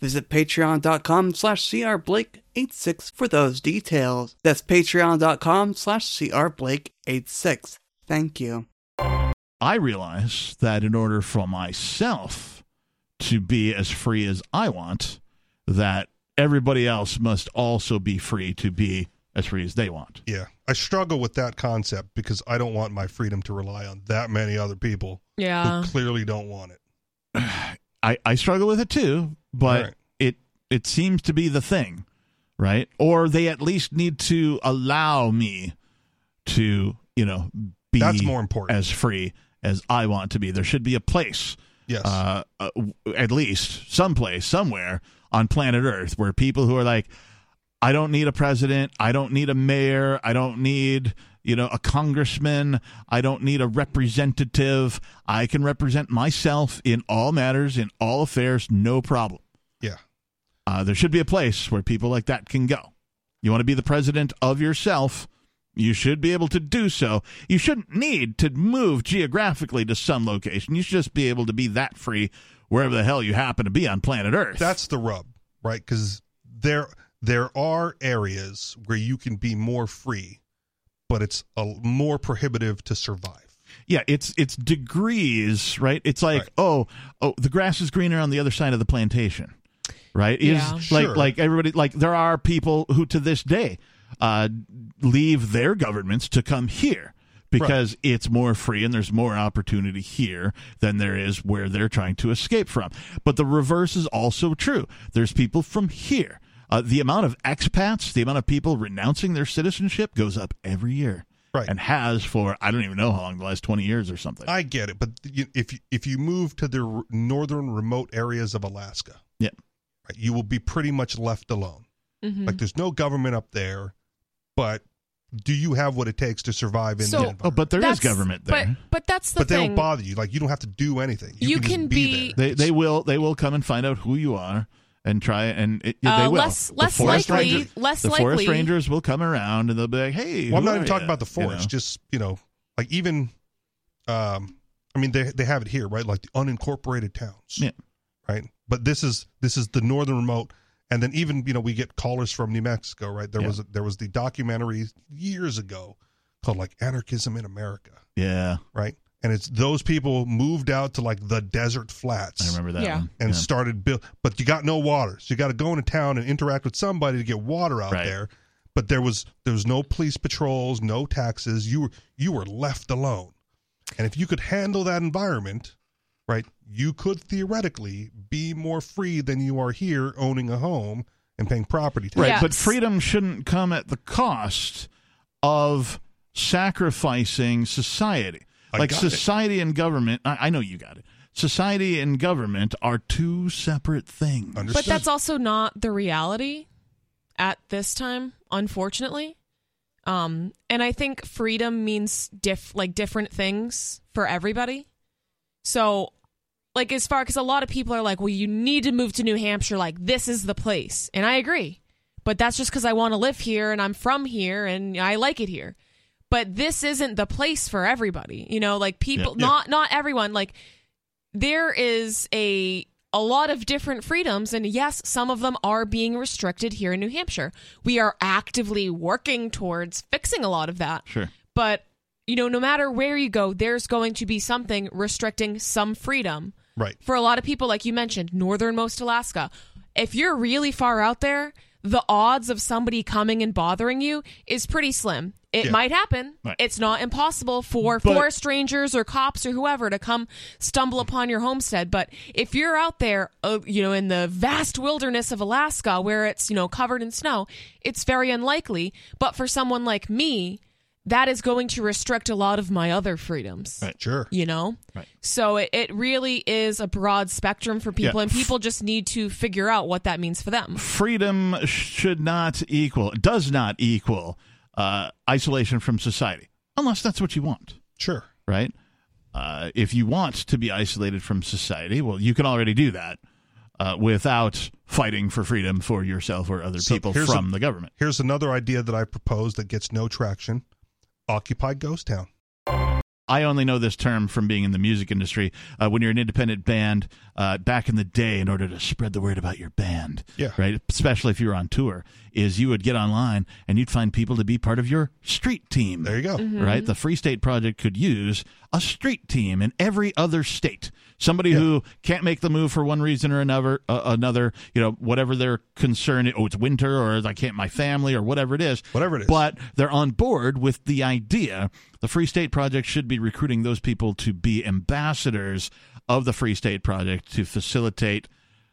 H: Visit patreon.com slash crblake86 for those details. That's patreon.com slash crblake86. Thank you.
B: I realize that in order for myself to be as free as I want, that everybody else must also be free to be as free as they want.
D: Yeah. I struggle with that concept because I don't want my freedom to rely on that many other people
C: yeah.
D: who clearly don't want it.
B: I, I struggle with it too, but
D: Right.
B: it it seems to be the thing, right? Or they at least need to allow me to, you know, be
D: That's more important.
B: as free as I want to be. There should be a place,
D: yes.
B: uh, uh, w- at least someplace, somewhere on planet Earth where people who are like, I don't need a president, I don't need a mayor, I don't need you know a congressman, I don't need a representative. I can represent myself in all matters, in all affairs, no problem.
D: yeah.
B: Uh, there should be a place where people like that can go. You want to be the president of yourself. You should be able to do so. You shouldn't need to move geographically to some location. You should just be able to be that free wherever the hell you happen to be on planet Earth.
D: That's the rub, right? Because there there are areas where you can be more free, but it's a, more prohibitive to survive.
B: yeah. It's it's degrees, right? It's like
D: Right.
B: oh oh, the grass is greener on the other side of the plantation, right? Is
C: Yeah.
B: like
D: Sure.
B: like everybody like there are people who to this day uh, leave their governments to come here because it's more free and there's more opportunity here than there is where they're trying to escape from. But the reverse is also true. There's people from here. Uh, the amount of expats, the amount of people renouncing their citizenship goes up every year.
D: Right.
B: And has for I don't even know how long the last twenty years or something.
D: I get it, but you, if you, if you move to the r- northern remote areas of Alaska,
B: Yeah.
D: right, you will be pretty much left alone.
C: Mhm.
D: Like there's no government up there, but do you have what it takes to survive in
C: So-
D: the
C: Oh,
D: environment?
B: oh, but there is
C: That's-
B: government there.
C: But, but that's the
D: But they
C: thing.
D: don't bother you. Like you don't have to do anything.
C: You
D: just
C: can be-
D: there.
B: They they will they will come and find out who you are and try and it, yeah, they
C: Uh,
B: will.
C: less-
B: The
C: less
B: forest
C: likely-
B: ranger-
C: less
B: the forest
C: likely-
B: rangers will come around and they'll be like, hey,
D: Well, I'm
B: who
D: not
B: are
D: even talking
B: ya?
D: about the
B: You know?
D: forest. Just you know, like even, um, I mean they they have it here, right? Like the unincorporated towns,
B: Yeah.
D: right? But this is this is the northern remote, and then even you know we get callers from New Mexico, right? There
B: Yeah.
D: was a, there was the documentary years ago called like Anarchism in America,
B: yeah,
D: right? And it's those people moved out to like the desert flats.
B: I remember that.
C: Yeah.
B: one.
D: and
B: Yeah.
D: started build but you got no water so you got to go into town and interact with somebody to get water out
B: Right.
D: there but there was there was no police patrols no taxes you were you were left alone and if you could handle that environment right you could theoretically be more free than you are here owning a home and paying property tax
B: right.
C: Yeah.
B: But freedom shouldn't come at the cost of sacrificing society.
D: I
B: like
D: got it.
B: society and government. I, I know you got it. Society and government are two separate things.
D: Understood.
C: But that's also not the reality at this time, unfortunately. Um, and I think freedom means diff like different things for everybody. So, like as far because a lot of people are like, well, you need to move to New Hampshire. Like this is the place, and I agree. But that's just because I want to live here and I'm from here and I like it here. But this isn't the place for everybody. You know, like people,
B: Yeah.
C: not not everyone. Like there is a a lot of different freedoms and yes some of them are being restricted here in New Hampshire. We are actively working towards fixing a lot of that.
B: Sure.
C: But you know no matter where you go there's going to be something restricting some freedom.
D: right
C: For a lot of people like you mentioned northernmost Alaska. If you're really far out there, the odds of somebody coming and bothering you is pretty slim. It
D: Yeah.
C: might happen.
B: Right.
C: It's not impossible for
B: But-
C: forest strangers or cops or whoever to come stumble upon your homestead. But if you're out there, uh, you know, in the vast wilderness of Alaska where it's, you know, covered in snow, it's very unlikely. But for someone like me, that is going to restrict a lot of my other freedoms,
D: sure
C: you know?
B: Right.
C: So it, it really is a broad spectrum for people,
B: Yeah.
C: and people just need to figure out what that means for them.
B: freedom should not equal does not equal uh, isolation from society unless that's what you want
D: sure
B: right uh, if you want to be isolated from society well you can already do that uh, without fighting for freedom for yourself or other
D: So
B: people
D: here's a-
B: from the government
D: here's another idea that i proposed that gets no traction occupy ghost town
B: I only know this term from being in the music industry. Uh, when you're an independent band, uh, back in the day, in order to spread the word about your band,
D: Yeah.
B: right, especially if you were on tour, is you would get online and you'd find people to be part of your street team.
D: there you go
B: right? The Free State Project could use a street team in every other state. Somebody who can't make the move for one reason or another, uh, another, you know, whatever their concern. Oh, it's winter, or I can't my family, or whatever it is.
D: Whatever it is.
B: But they're on board with the idea. The Free State Project should be recruiting those people to be ambassadors of the Free State Project to facilitate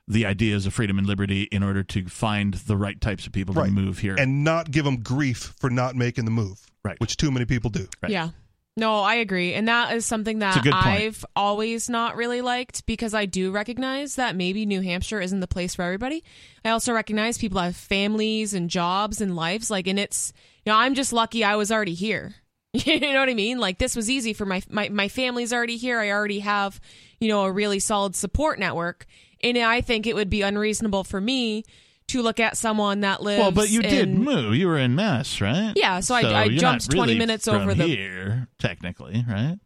B: the ideas of freedom and liberty in order to find the right types of people
D: Right.
B: to move here.
D: and not give them grief for not making the move,
B: Right.
D: Which too many people do.
B: Right.
C: Yeah. No, I agree. And that is something
B: It's a
C: that
B: good point.
C: I've always not really liked because I do recognize that maybe New Hampshire isn't the place for everybody. I also recognize people have families and jobs and lives. Like, and it's, you know, I'm just lucky I was already here. You know what I mean? Like, this was easy for my, my, my family's already here. I already have, you know, a really solid support network. And I think it would be unreasonable for me to look at someone that lives
B: well, but you did
C: in-
B: move. You were in Mass, right?
C: Yeah, so I- I
B: you're
C: jumped
B: not
C: 20
B: really
C: minutes
B: from
C: over the-
B: here, technically, right?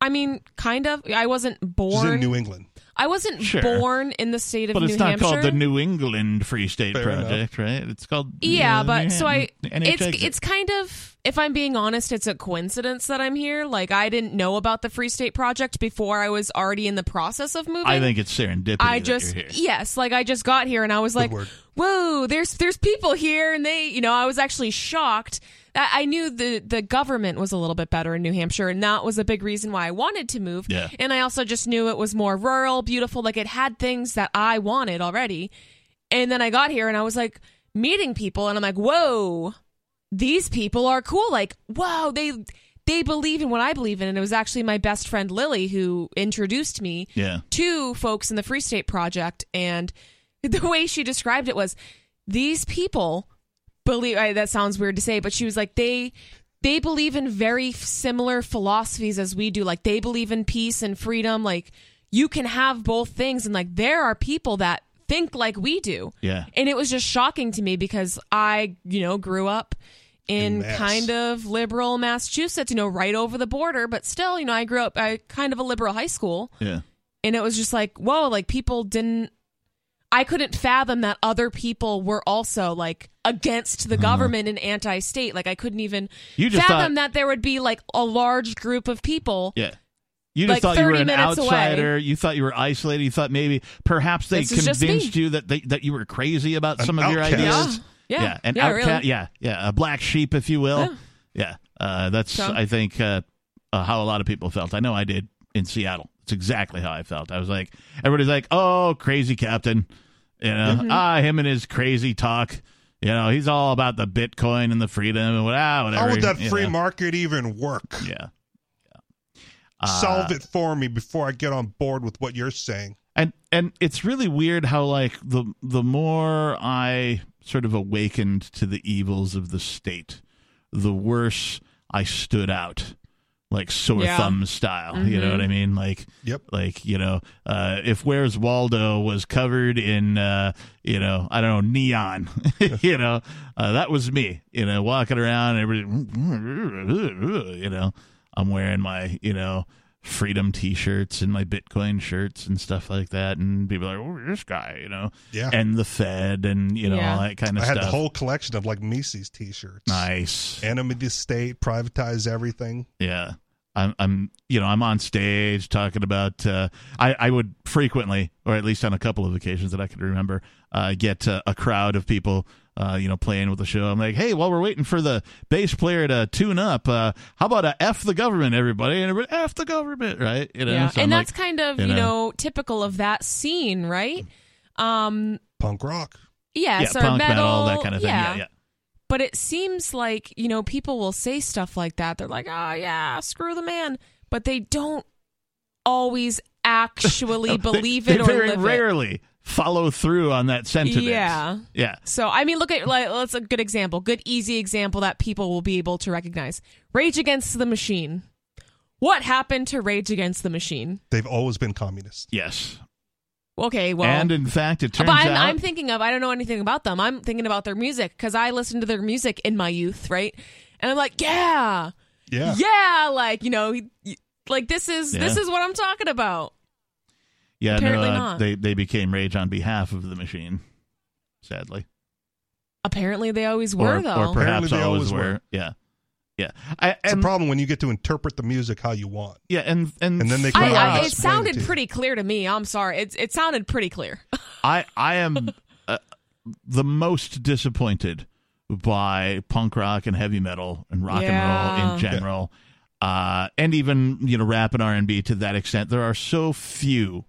C: I mean, kind of. I wasn't
D: She's
C: born
D: in New England.
C: I wasn't
B: Sure.
C: born in the state of
B: But
C: New
B: it's not
C: Hampshire.
B: called the New England Free State
D: Fair enough.
B: Project, right? It's called
C: yeah,
B: uh,
C: but
B: New
C: so I
B: Ham-
C: it's
B: NHX.
C: it's kind of if I'm being honest, it's a coincidence that I'm here. Like I didn't know about the Free State Project before I was already in the process of moving.
B: I think it's serendipity.
C: I
B: that
C: just
B: you're here.
C: yes, like I just got here and I was like,
D: word.
C: "Whoa, there's there's people here," and they, you know, I was actually shocked. I I knew the the government was a little bit better in New Hampshire, and that was a big reason why I wanted to move.
B: Yeah.
C: and I also just knew it was more rural, beautiful, like it had things that I wanted already. And then I got here and I was like meeting people, and I'm like, "Whoa, these people are cool. Like, wow, they." They believe in what I believe in, and it was actually my best friend Lily who introduced me
B: yeah.
C: two folks in the Free State Project, and the way she described it was these people believe I, that sounds weird to say, but she was like they they believe in very f- similar philosophies as we do. Like they believe in peace and freedom. Like you can have both things, and like there are people that think like we do.
B: Yeah.
C: and it was just shocking to me because I you know grew up.
D: In
C: In
D: Mass.
C: kind of liberal Massachusetts, you know, right over the border, but still, you know, I grew up, I kind of a liberal high school
B: Yeah.
C: and it was just like whoa like people didn't i couldn't fathom that other people were also like against the
D: Uh-huh.
C: government and anti-state like i couldn't even
B: You just
C: fathom
B: thought-
C: that there would be like a large group of people
B: Yeah. You just
C: Like
B: thought you were
C: 30
B: an
C: minutes away.
B: outsider. You thought you were isolated. You thought maybe, perhaps they
C: This is just
B: convinced
C: me.
B: you that they, that you were crazy about
D: An
B: some of your
D: outcast.
B: ideas.
C: Yeah. Yeah.
B: an
C: Yeah,
B: outcast.
C: really.
B: Yeah, yeah, a black sheep, if you will. Yeah, Uh, that's
C: So-
B: I think uh, uh, how a lot of people felt. I know I did in Seattle. It's exactly how I felt. I was like, everybody's like, oh, crazy captain. You know,
C: Mm-hmm.
B: ah, him and his crazy talk. You know, he's all about the Bitcoin and the freedom and what, ah, whatever.
D: How would that
B: you
D: free
B: know.
D: market even work?
B: Yeah. Yeah. Uh,
D: Solve it for me before I get on board with what you're saying.
B: and and it's really weird how like the the more i sort of awakened to the evils of the state the worse i stood out like sore
C: Yeah.
B: thumb style you know what i mean like
D: Yep.
B: like you know uh if where's waldo was covered in uh you know i don't know neon you know uh, that was me you know walking around everybody you know i'm wearing my you know freedom t-shirts and my bitcoin shirts and stuff like that and people are like oh this guy you know
D: Yeah.
B: and the fed and you know
C: Yeah.
B: all that kind of
D: I had
B: stuff
D: the whole collection of like Mises t-shirts.
B: nice
D: Enemy of the state, privatize everything.
B: Yeah. I'm, I'm, you know, I'm on stage talking about. Uh, I, I would frequently, or at least on a couple of occasions that I could remember, uh, get uh, a crowd of people, uh, you know, playing with the show. I'm like, hey, while we're waiting for the bass player to tune up, uh, how about a f the government, everybody, and everybody f the government, right? You know,
C: yeah.
B: so I'm
C: and
B: like,
C: that's kind of
B: you
C: you know,
B: know.
C: typical of that scene right um
D: Punk rock.
C: yeah,
B: yeah,
C: so
B: punk
C: metal,
B: metal, that kind of thing.
C: yeah
B: yeah. yeah.
C: but it seems like you know people will say stuff like that they're like oh yeah screw the man but they don't always actually believe
B: Oh, they,
C: it
B: they
C: or
B: very
C: live it.
B: rarely follow through on that sentiment.
C: Yeah.
B: yeah.
C: So I mean, look at like that's a good example, good easy example that people will be able to recognize. Rage Against the Machine. What happened to Rage Against the Machine?
D: They've always been communist.
B: Yes,
C: Okay, well,
B: and in fact, it turns
C: but I'm,
B: out
C: I'm thinking of I don't know anything about them. I'm thinking about their music because I listened to their music in my youth, right? And I'm like, yeah,
D: Yeah.
C: yeah, like you know, y- like this is this
B: Yeah.
C: is what I'm talking about.
B: Yeah,
C: Apparently
B: no, uh,
C: not.
B: They they became rage on behalf of the machine, sadly,
C: Apparently, they always were
B: or,
C: though.
B: or perhaps
D: Apparently they
B: always,
D: always
B: were.
D: were.
B: Yeah, yeah. I,
D: It's
B: and
D: a problem when you get to interpret the music how you want.
B: yeah, and and
D: And then they come
C: I,
D: Well,
C: I,
D: I'll
C: it
D: explain it
C: sounded
D: to you.
C: pretty clear to me. I'm sorry. It it sounded pretty clear.
B: I I am uh, the most disappointed by punk rock and heavy metal and rock and roll
C: Yeah.
B: in general, uh, and even you know rap and R and B to that extent. There are so few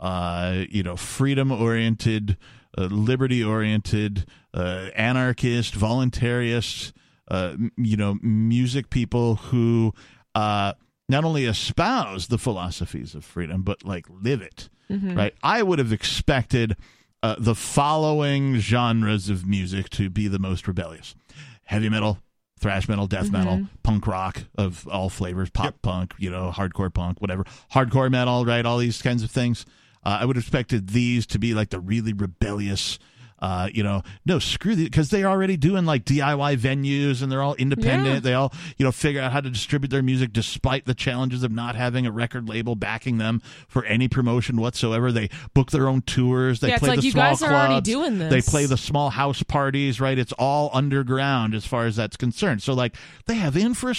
B: uh, you know, freedom oriented, uh, liberty oriented, uh, anarchist, voluntarists, uh, m- you know, music people who uh, not only espouse the philosophies of freedom, but like live it, right? I would have expected uh, the following genres of music to be the most rebellious heavy metal, thrash metal, death metal, punk rock of all flavors, pop punk, you know, hardcore punk, whatever, hardcore metal, right? All these kinds of things. Uh, I would have expected these to be like the really rebellious. Uh, you know, no, screw the because they're already doing like DIY venues and they're all independent.
C: Yeah.
B: They all, you know, figure out how to distribute their music despite the challenges of not having a record label backing them for any promotion whatsoever. They book their own tours. They
C: Yeah, it's
B: play
C: like,
B: the
C: you
B: small
C: guys are already
B: clubs.
C: doing
B: They
C: this.
B: play the small house parties, right? It's all underground as far as that's concerned. So like they have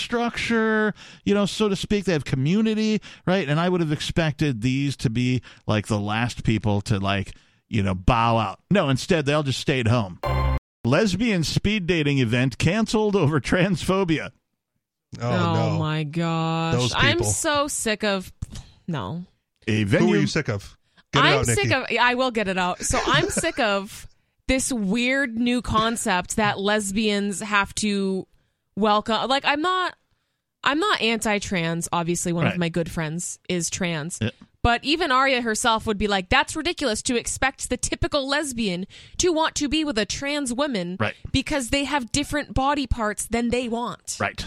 B: infrastructure, you know, so to speak. They have community, right? And I would have expected these to be like the last people to like, you know, bow out. No, instead they all just stayed home. Lesbian speed dating event canceled over transphobia.
D: Oh, no.
C: my gosh.
D: Those
C: I'm
D: people.
C: so sick of no.
B: A
D: Who
B: venue
D: are you sick of? Get it
C: I'm
D: out,
C: sick
D: Nikki.
C: of yeah, I will get it out. So I'm sick of this weird new concept that lesbians have to welcome like I'm not I'm not anti-trans, obviously one
B: Right.
C: of my good friends is trans.
B: Yeah.
C: But even Arya herself would be like, that's ridiculous to expect the typical lesbian to want to be with a trans woman
B: Right.
C: because they have different body parts than they want.
B: Right.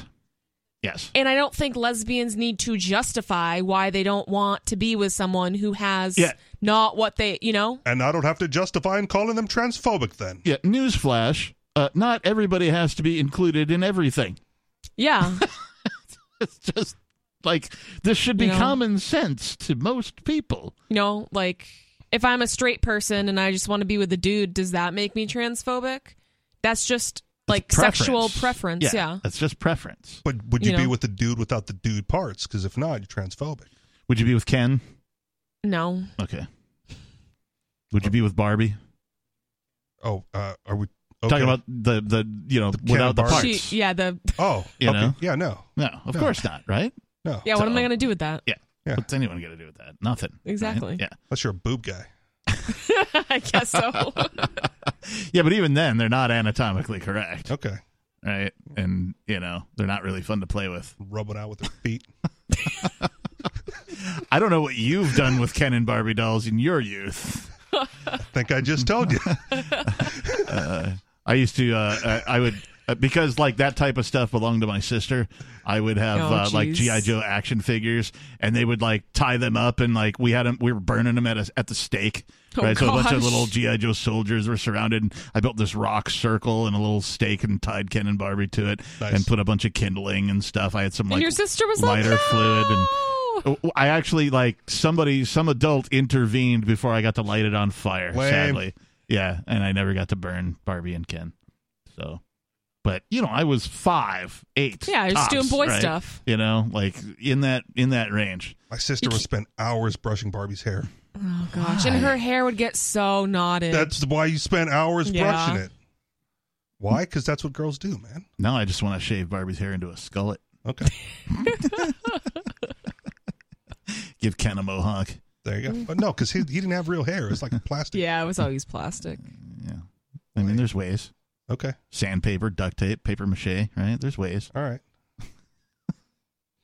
B: Yes.
C: And I don't think lesbians need to justify why they don't want to be with someone who has
B: Yeah.
C: not what they, you know?
D: And I don't have to justify in calling them transphobic then.
B: Yeah, newsflash. Uh, not everybody has to be included in everything.
C: Yeah.
B: It's just like this should be
C: You know?
B: common sense to most people.
C: you know, like if I'm a straight person and I just want to be with a dude, does that make me transphobic? That's just like sexual preference. Yeah.
B: That's just preference.
D: But would you,
C: You
D: be
C: know.
D: with the dude without the dude parts? Because if not, you're transphobic.
B: Would you be with Ken?
C: No.
B: Okay. Would you be with Barbie?
D: Oh, uh, are we okay.
B: Talking about the the you know
D: The Ken
B: without the
D: and Barbie.
B: parts.
C: She, yeah, the
D: Oh,
B: You
D: okay.
B: know?
D: Yeah, no,
B: No, of
D: No.
B: course not. Right?
D: no.
C: yeah, what am
B: So-
C: I going to do with that?
D: Yeah.
B: What's anyone going to do with that? Nothing. right?
C: Exactly.
B: Yeah.
D: Unless you're a boob guy.
C: I guess so.
B: Yeah, but even then, they're not anatomically correct,
D: Okay,
B: right? And you know, they're not really fun to play with.
D: rub it out with her feet.
B: I don't know what you've done with Ken and Barbie dolls in your youth.
D: think I just told you.
B: I used to, uh, uh, I would, uh, because like that type of stuff belonged to my sister, I would have
C: Oh,
B: uh, like
C: geez.
B: G.I. Joe action figures and they would like tie them up and like we had them, we were burning them at, a, at the stake.
C: Oh,
B: right. So a bunch of
C: gosh.
B: little G.I. Joe soldiers were surrounded. And I built this rock circle and a little stake and tied Ken and Barbie to it
D: Nice.
B: and put a bunch of kindling and stuff. I had some like
C: and your sister was like,
B: lighter fluid and.
C: "No!"
B: I actually like somebody, some adult intervened before I got to light it on fire.
D: Lame.
B: Sadly, yeah, and I never got to burn Barbie and Ken. So, but you know, I was five, eight.
C: Yeah, you're just
B: tops,
C: doing boy
B: right?
C: stuff.
B: You know, like in that in that range.
D: My sister would spend hours brushing Barbie's hair.
C: Oh, gosh. And her hair would get so knotted.
D: That's why you spend hours
C: Yeah.
D: brushing it. Why? Because that's what girls do, man.
B: Now I just want to shave Barbie's hair into a skullet.
D: Okay,
B: Give Ken a mohawk.
D: there you go. But no, because he, he didn't have real hair. It's like plastic.
C: yeah, it was always plastic.
B: Yeah, I mean, there's ways.
D: Okay,
B: Sandpaper, duct tape, paper mache. Right? There's ways.
D: all right.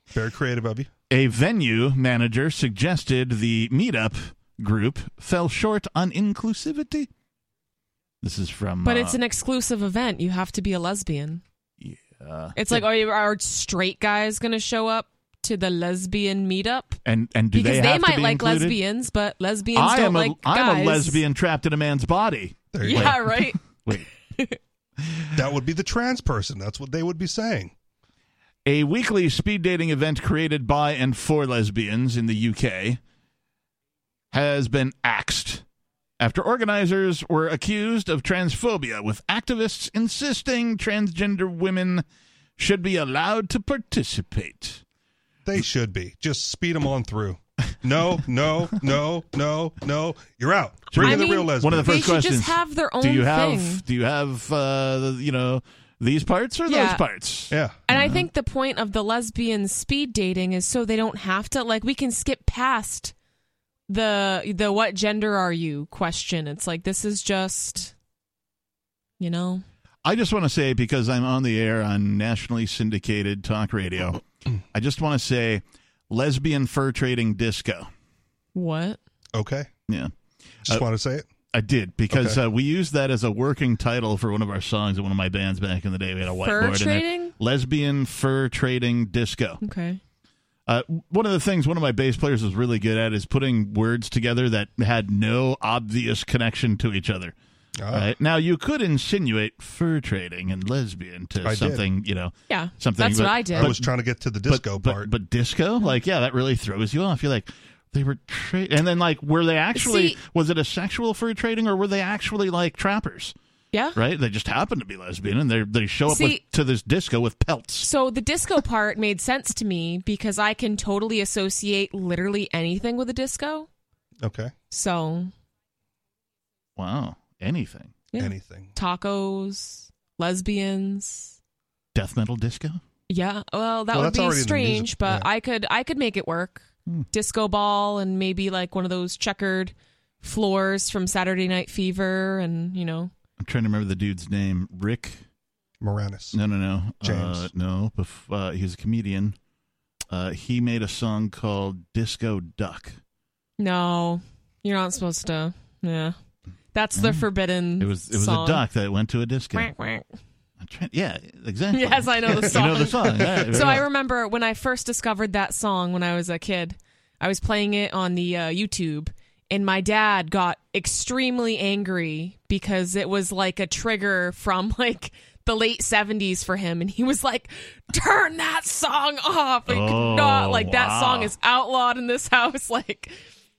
D: Very creative of you.
B: A venue manager suggested the meetup group fell short on inclusivity. This is from.
C: But
B: uh,
C: it's an exclusive event. You have to be a lesbian.
B: uh,
C: It's like, are, you, are straight guys going to show up to the lesbian meetup?
B: and and do
C: because
B: they,
C: they,
B: have to
C: might
B: be
C: like
B: included?
C: lesbians, but lesbians
B: I
C: don't
B: am a
C: like
B: I am
C: guys.
B: a lesbian trapped in a man's body.
D: There you
C: Yeah, right.
B: Wait.
D: go. That would be the trans person. That's what they would be saying.
B: a weekly speed dating event created by and for lesbians in the UK has been axed after organizers were accused of transphobia, with activists insisting transgender women should be allowed to participate.
D: They should be. Just speed them on through. No, no, no, no, no. You're out. Bring
C: I
D: in the
C: mean,
D: real lesbian.
B: One of the
C: they
B: first
C: should
B: questions:
C: just have their own
B: Do you have
C: thing.
B: do you have uh, the- you know these parts or those
C: Yeah.
B: parts?
D: yeah.
C: And I think the point of the lesbian speed dating is so they don't have to like we can skip past the the what gender are you question. It's like this is just you know.
B: I just want to say because I'm on the air on nationally syndicated talk radio, I just want to say lesbian fur trading disco.
C: What?
D: Okay.
B: Yeah.
D: Just
B: Uh,
D: want to say it.
B: I did because
D: Okay.
B: uh, we used that as a working title for one of our songs in one of my bands back in the day. We had a
C: Fur
B: whiteboard in there.
C: trading?
B: Lesbian fur trading disco.
C: Okay.
B: Uh, one of the things one of my bass players was really good at is putting words together that had no obvious connection to each other.
D: Ah,
B: Right? Now you could insinuate fur trading and lesbian to
D: I did.
B: something, you know,
C: Yeah.
B: something.
C: That's
B: but-
C: what I did.
D: I was trying to get to the disco
B: but, but-
D: part.
B: But, disco, like, yeah, that really throws you off. You're like, they were tra- and then like, were they actually?
C: See-
B: was it a sexual fur trading, or were they actually like trappers?
C: yeah.
B: Right? They just happen to be lesbian, and they they show up
C: See-
B: with, to this disco with pelts.
C: So the disco part made sense to me because I can totally associate literally anything with a disco.
D: okay.
C: So
B: Wow, anything?
C: Yeah.
D: Anything.
C: tacos, lesbians.
B: Death metal disco?
C: Yeah, well, that
D: Well,
C: would
D: that's
C: be
D: already in the
C: strange,
D: music,
C: but
D: yeah. Hmm.
C: I could I could make it work. Disco ball and maybe like one of those checkered floors from Saturday Night Fever, and you know,
B: I'm trying to remember the dude's name. Rick?
D: Moranis.
B: No, no, no. Uh,
D: James.
B: no, bef- uh, he was a comedian. Uh, he made a song called Disco Duck.
C: no, you're not supposed to. Yeah, that's the
D: Hmm.
C: forbidden.
B: It was it was
C: song.
B: a duck that went to a disco.
C: Quack, quack.
B: I'm trying- yeah, exactly.
C: Yes, I know the
B: You know the song. yeah, very
C: So I
B: well.
C: remember when I first discovered that song when I was a kid. I was playing it on the uh, YouTube, and my dad got extremely angry because it was like a trigger from like the late seventies for him, and he was like, "Turn that song off! Like,
B: Oh,
C: not like that
B: wow.
C: song is outlawed in this house." Like,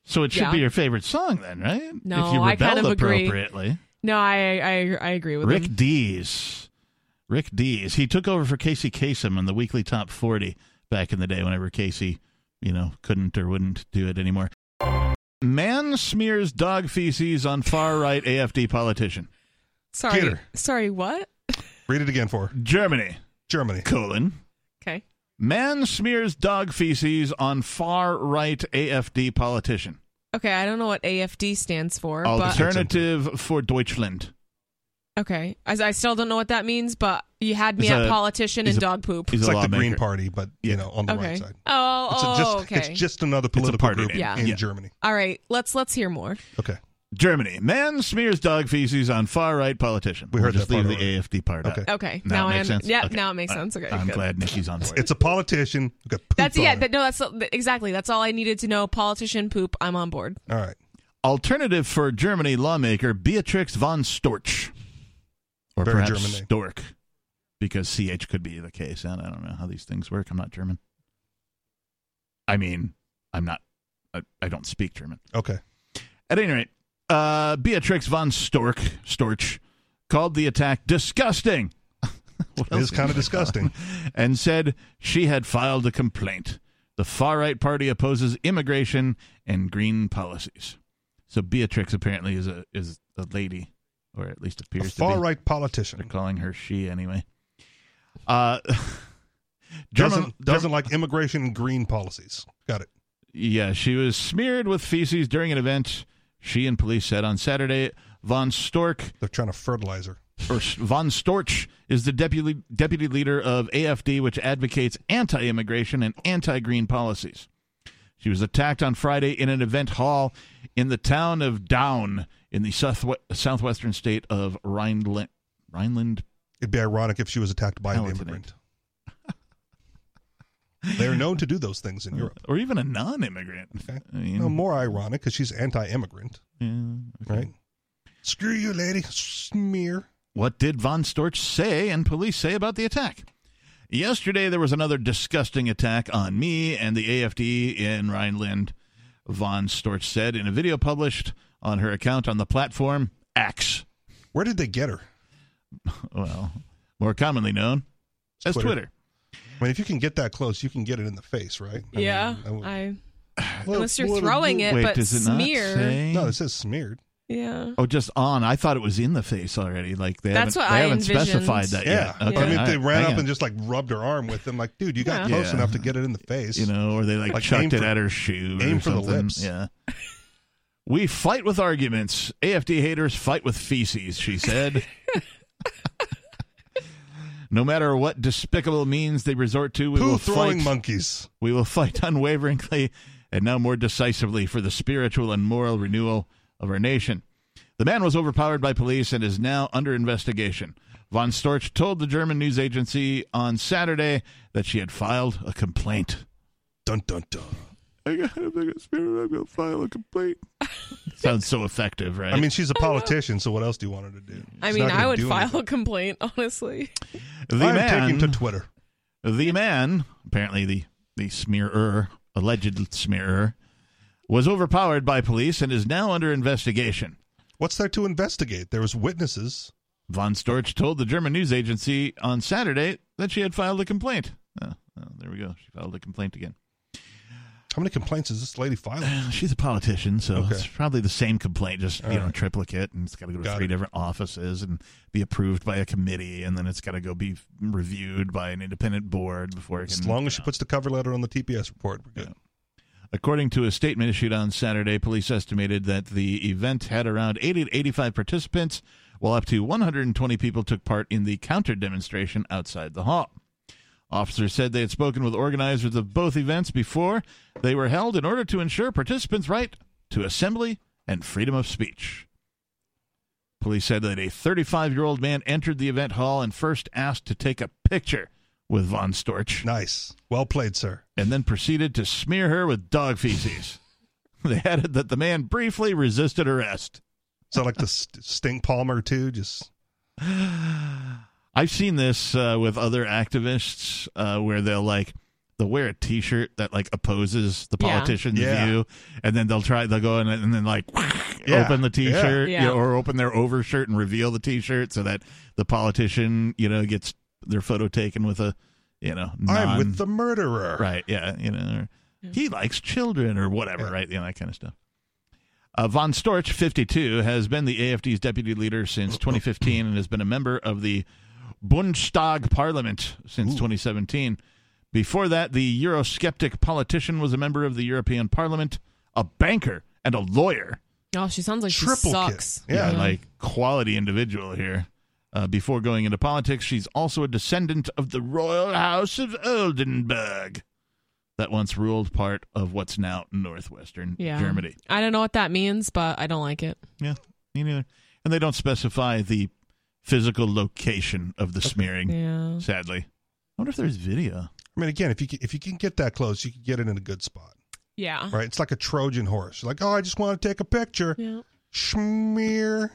B: So it should
C: yeah.
B: be your favorite song then, right?
C: No,
B: if you
C: I kind
B: rebelled
C: of agree.
B: appropriately.
C: no, I I I agree with
B: Rick
C: him.
B: Dees. Rick Dees. He took over for Casey Kasem on the weekly top 40 back in the day whenever Casey, you know, couldn't or wouldn't do it anymore. Man smears dog feces on far right AFD politician.
C: Sorry,
D: Gator.
C: sorry, what?
D: Read it again for her.
B: Germany,
D: Germany.
B: colon.
C: Okay,
B: Man smears dog feces on far right AFD politician.
C: okay, I don't know what AFD stands for,
B: Oh,
C: but
B: Alternative for Deutschland.
C: Okay, I, I still don't know what that means, but you had me
B: It's
C: at
B: a-
C: politician
B: it's
C: and
B: a-
C: dog poop.
B: He's
D: It's
B: a
D: like the Green
B: lawmaker.
D: Party, but
B: Yeah.
D: you know, on the
C: okay.
D: right side.
C: Oh,
D: It's a
C: oh,
D: just
C: okay.
D: it's just another political
B: party
D: group
B: name.
C: Yeah.
D: in
B: Yeah.
D: Germany.
C: All right, let's let's hear more.
D: Okay.
B: Germany. Man smears dog feces on far right politician.
D: We heard
B: We'll just
D: that part
B: leave the AFD part out.
D: Okay.
C: Okay,
B: Now it
C: I
B: makes
C: un-
B: sense?
C: Yeah,
B: Okay.
C: now it makes
B: All right.
C: sense. Okay,
B: I'm
C: good.
B: glad Nikki's on board.
D: It's a politician who got pooped
C: That's yeah.
D: on.
C: That, no, that's exactly. That's all I needed to know. Politician poop. I'm on board.
D: All right.
B: Alternative for Germany lawmaker Beatrix von Storch. Or
D: Very
B: perhaps
D: German name.
B: Stork. Because CH could be the case. And I don't know how these things work. I'm not German. I mean, I'm not, I, I don't speak German.
D: Okay.
B: At any rate, uh, Beatrix von Stork, Storch, called the attack disgusting. What
D: It
B: else
D: is kind of disgusting.
B: and said she had filed a complaint. The far right party opposes immigration and green policies. So Beatrix apparently is a is a lady, or at least
D: A
B: appears to
D: far
B: be.
D: right
B: They're
D: politician
B: calling her she anyway. Uh, German-
D: doesn't doesn't like immigration and green policies. Got it.
B: Yeah, she was smeared with feces during an event. She and police said on Saturday. Von Stork
D: They're trying to fertilize her.
B: or von Storch is the deputy deputy leader of AFD, which advocates anti-immigration and anti-green policies. She was attacked on Friday in an event hall in the town of Down in the south, southwestern state of Rhineland. Rhineland.
D: It'd be ironic if she was attacked by an
B: Palatinate.
D: immigrant. They're known to do those things in Europe.
B: or even a non-immigrant.
D: Okay.
B: I mean,
D: No, more ironic because she's anti-immigrant,
B: yeah, okay.
D: right? Screw you, lady. Smear.
B: What did von Storch say and police say about the attack? Yesterday, there was another disgusting attack on me and the AFD in Rhineland, von Storch said in a video published on her account on the platform Axe,
D: Where did they get her?
B: well, more commonly known as
D: Twitter.
B: Twitter.
D: I mean, if you can get that close, you can get it in the face, right? I mean,
C: yeah,
D: I would-
C: I
D: Well,
C: unless you're
D: what do
C: throwing
D: you-
C: it,
B: Wait,
C: but
B: does it
C: smear.
B: not say?
D: No, it says smeared.
C: yeah.
B: oh, just on. I thought it was in the face already. Like they
C: That's
B: haven't,
C: what
B: they
C: I
B: haven't
C: envisioned.
B: specified that
D: Yeah.
B: yet. Okay,
D: But I mean, if
B: all
D: they
B: right,
D: ran
B: hang
D: up
B: on.
D: and just like rubbed her arm with them, like, dude, you got
C: Yeah.
D: close
B: Yeah.
D: enough to get it in the face.
B: you know, or they like
D: Like,
B: chucked
D: aim
B: it
D: for-
B: at her shoe
D: aim
B: or
D: for the
B: something.
D: lips.
B: Yeah. We fight with arguments. AFD haters fight with feces, she said. no matter what despicable means they resort to, we
D: Poo
B: will
D: throwing
B: fight.
D: monkeys.
B: We will fight unwaveringly and now more decisively for the spiritual and moral renewal of our nation. The man was overpowered by police and is now under investigation. Von Storch told the German news agency on Saturday that she had filed a complaint.
D: Dun dun dun.
B: I got a big spirit. I'm gonna file a complaint. Sounds so effective, right?
D: I mean, she's a politician, so what else do you want her to do?
C: I
D: She's
C: mean,
D: not gonna
C: I would
D: do
C: file
D: anything.
C: a complaint, honestly.
B: the
D: I'm
B: man,
D: taking to Twitter.
B: the man, apparently the the smearer, alleged smearer, was overpowered by police and is now under investigation.
D: What's there to investigate? There was witnesses.
B: Von Storch told the German news agency on Saturday that she had filed a complaint. Oh, oh, there we go. She filed a complaint again.
D: How many complaints is this lady filing?
B: Uh, She's a politician, so
D: Okay.
B: it's probably the same complaint, just
D: All
B: you know,
D: right.
B: triplicate, and it's got to go to
D: Got
B: three
D: it.
B: different offices and be approved by a committee, and then it's got to go be reviewed by an independent board before it can.
D: As long as she puts the cover letter on the TPS report, we're good.
B: According to a statement issued on Saturday, police estimated that the event had around 80 to 85 participants, while up to 120 people took part in the counter demonstration outside the hall. Officers said they had spoken with organizers of both events before they were held in order to ensure participants' right to assembly and freedom of speech. Police said that a 35 year old man entered the event hall and first asked to take a picture with Von Storch
D: Nice. Well played, sir.
B: and then proceeded to smear her with dog feces. they added that the man briefly resisted arrest.
D: So like the st- Stink Palmer too, just
B: I've seen this uh, with other activists uh, where they'll like they'll wear a T-shirt that like opposes the
C: Yeah.
B: politician's
D: Yeah.
B: view, and then they'll try they'll go in and then like
D: Yeah.
B: open the T-shirt
C: Yeah.
B: you know, or open their overshirt and reveal the T-shirt so that the politician you know gets their photo taken with a you know
D: I'm
B: non-
D: with the murderer.
B: Right. Yeah. You know, or he likes children or whatever,
D: Yeah.
B: right? You know, that kind of stuff. Uh, Von Storch, 52, has been the AFD's deputy leader since 2015 and has been a member of the Bundestag parliament since 2017. Before that, the Eurosceptic politician was a member of the European Parliament, a banker, and a lawyer.
C: Oh, she sounds like she
D: Triple
C: sucks.
D: kick. Yeah.
B: Yeah, like quality individual here. Uh, before going into politics, she's also a descendant of the royal house of Oldenburg that once ruled part of what's now northwestern
C: Yeah.
B: Germany.
C: I don't know what that means, but I don't like it.
B: Yeah, me neither. And they don't specify the physical location of the smearing,
C: Yeah.
B: sadly. I wonder if there's video.
D: I mean, again, if you can, if you can get that close, you can get it in a good spot.
C: Yeah.
D: Right? It's like a Trojan horse. You're like, oh, I just want to take a picture.
C: Yeah.
D: Schmear.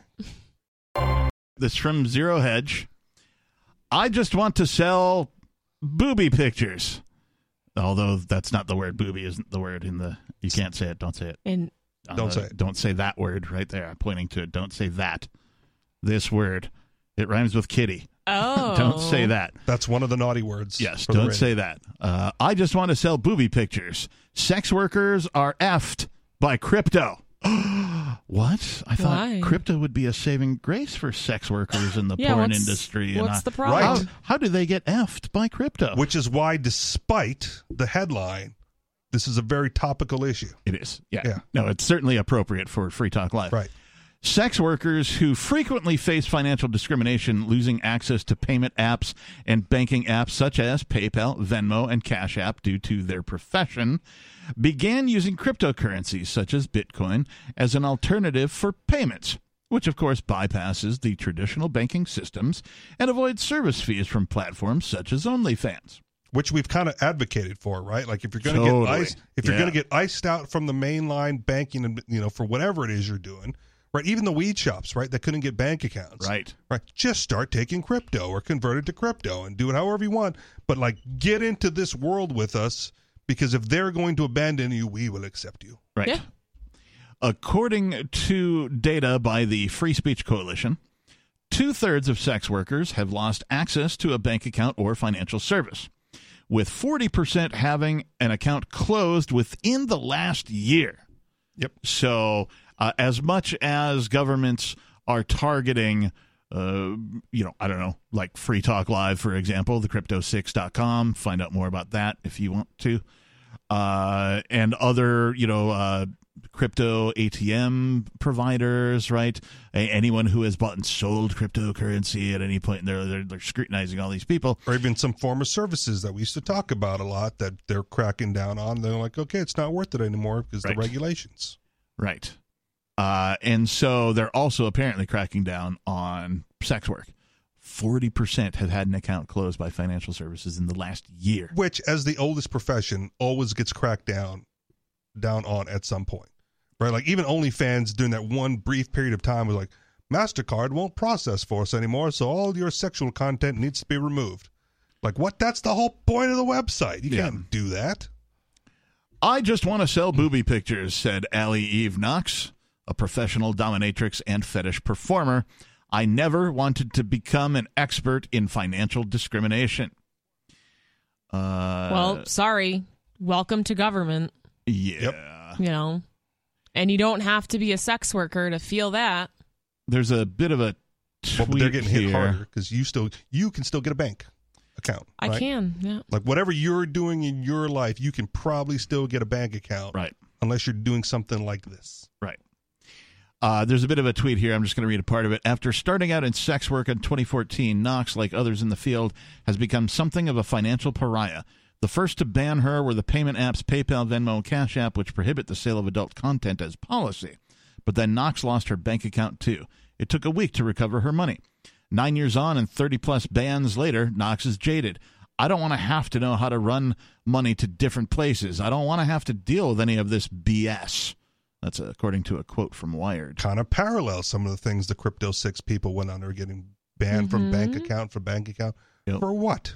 B: This from Zero Hedge. I just want to sell booby pictures. Although that's not the word. Booby isn't the word in the. You can't say it. Don't say it.
C: And
D: Don't say it.
B: Uh, Don't say that word right there. I'm pointing to it. Don't say that. This word. It rhymes with kitty.
C: oh,
B: Don't say that.
D: That's one of the naughty words.
B: Yes,
D: for the
B: don't
D: rating.
B: say that. Uh, I just want to sell booby pictures. Sex workers are effed by crypto. what? I thought
C: Why?
B: crypto would be a saving grace for sex workers in the
C: Yeah,
B: porn
C: what's-
B: industry. and
C: What's
B: I-
C: the problem?
D: Right.
B: How, how do they get effed by crypto?
D: Which is why, despite the headline, this is a very topical issue.
B: it is. Yeah.
D: Yeah.
B: No, it's certainly appropriate for Free Talk Live.
D: Right.
B: Sex workers who frequently face financial discrimination, losing access to payment apps and banking apps such as PayPal, Venmo, and Cash App due to their profession, began using cryptocurrencies such as Bitcoin as an alternative for payments, which of course bypasses the traditional banking systems and avoids service fees from platforms such as OnlyFans.
D: Which we've kind of advocated for, right? Like if you're going to
B: Totally.
D: get iced, if you're
B: Yeah.
D: going to get iced out from the mainline banking, and you know, for whatever it is you're doing, right? Even the weed shops, right? That couldn't get bank accounts,
B: Right.
D: Right. Just start taking crypto or convert it to crypto and do it however you want. But like, get into this world with us because if they're going to abandon you, we will accept you.
B: Right.
C: Yeah.
B: According to data by the Free Speech Coalition, two thirds of sex workers have lost access to a bank account or financial service, with 40% having an account closed within the last year.
D: Yep.
B: So, uh, as much as governments are targeting, uh, you know, I don't know, like Free Talk Live, for example, the crypto6.com, find out more about that if you want to, uh, and other, you know, uh, crypto ATM providers, right? A- anyone who has bought and sold cryptocurrency at any point, and they're, they're, they're scrutinizing all these people.
D: or even some form of services that we used to talk about a lot that they're cracking down on. They're like, okay, it's not worth it anymore because
B: Right.
D: the regulations.
B: Right. Uh, and so they're also apparently cracking down on sex work. 40% have had an account closed by financial services in the last year.
D: Which, as the oldest profession, always gets cracked down down on at some point. Right? Like even OnlyFans during that one brief period of time was like, MasterCard won't process for us anymore, so all your sexual content needs to be removed. Like what? That's the whole point of the website. You
B: Yeah.
D: can't do that.
B: I just want to sell booby pictures, said Allie Eve Knox, a professional dominatrix and fetish performer. I never wanted to become an expert in financial discrimination. Uh,
C: well, sorry. Welcome to government,
B: yeah.
C: you know. And you don't have to be a sex worker to feel that.
B: There's a bit of a
D: Well,
B: tweet
D: but they're getting hit
B: here.
D: harder because you still you can still get a bank account.
C: I
D: right?
C: can. Yeah.
D: Like whatever you're doing in your life, you can probably still get a bank account.
B: Right.
D: Unless you're doing something like this.
B: Right. Uh, there's a bit of a tweet here. I'm just going to read a part of it. After starting out in sex work in 2014, Knox, like others in the field, has become something of a financial pariah. The first to ban her were the payment apps PayPal, Venmo, and Cash App, which prohibit the sale of adult content as policy. But then Knox lost her bank account too. It took a week to recover her money. Nine years on and 30 plus bans later, Knox is jaded. I don't want to have to know how to run money to different places. I don't want to have to deal with any of this BS. That's according to a quote from Wired.
D: Kind of parallel some of the things the crypto six people went under getting banned from bank account for bank account.
B: Yep.
D: For what?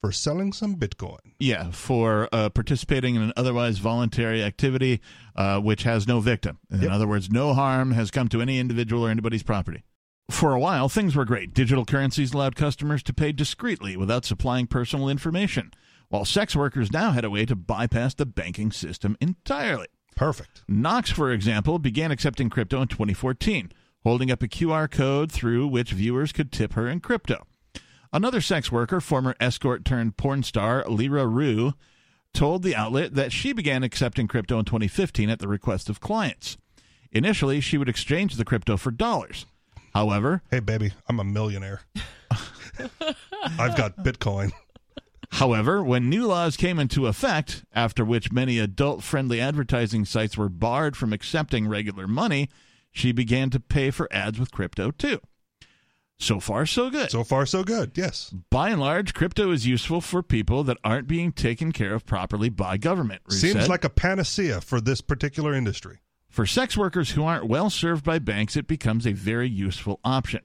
D: For selling some Bitcoin.
B: Yeah, for uh, participating in an otherwise voluntary activity uh, which has no victim. In
D: Yep.
B: other words, no harm has come to any individual or anybody's property. For a while, things were great. Digital currencies allowed customers to pay discreetly without supplying personal information, while sex workers now had a way to bypass the banking system entirely.
D: Perfect.
B: Knox, for example, began accepting crypto in 2014, holding up a QR code through which viewers could tip her in crypto. Another sex worker, former escort turned porn star Lira Rue, told the outlet that she began accepting crypto in 2015 at the request of clients. Initially, she would exchange the crypto for dollars. However,
D: Hey baby, I'm a millionaire. I've got Bitcoin.
B: However, when new laws came into effect, after which many adult friendly advertising sites were barred from accepting regular money, she began to pay for ads with crypto too. So far, so good.
D: So far so good. Yes.
B: by and large, crypto is useful for people that aren't being taken care of properly by government. Ruth
D: Seems
B: said.
D: like a panacea for this particular industry.
B: For sex workers who aren't well served by banks, it becomes a very useful option.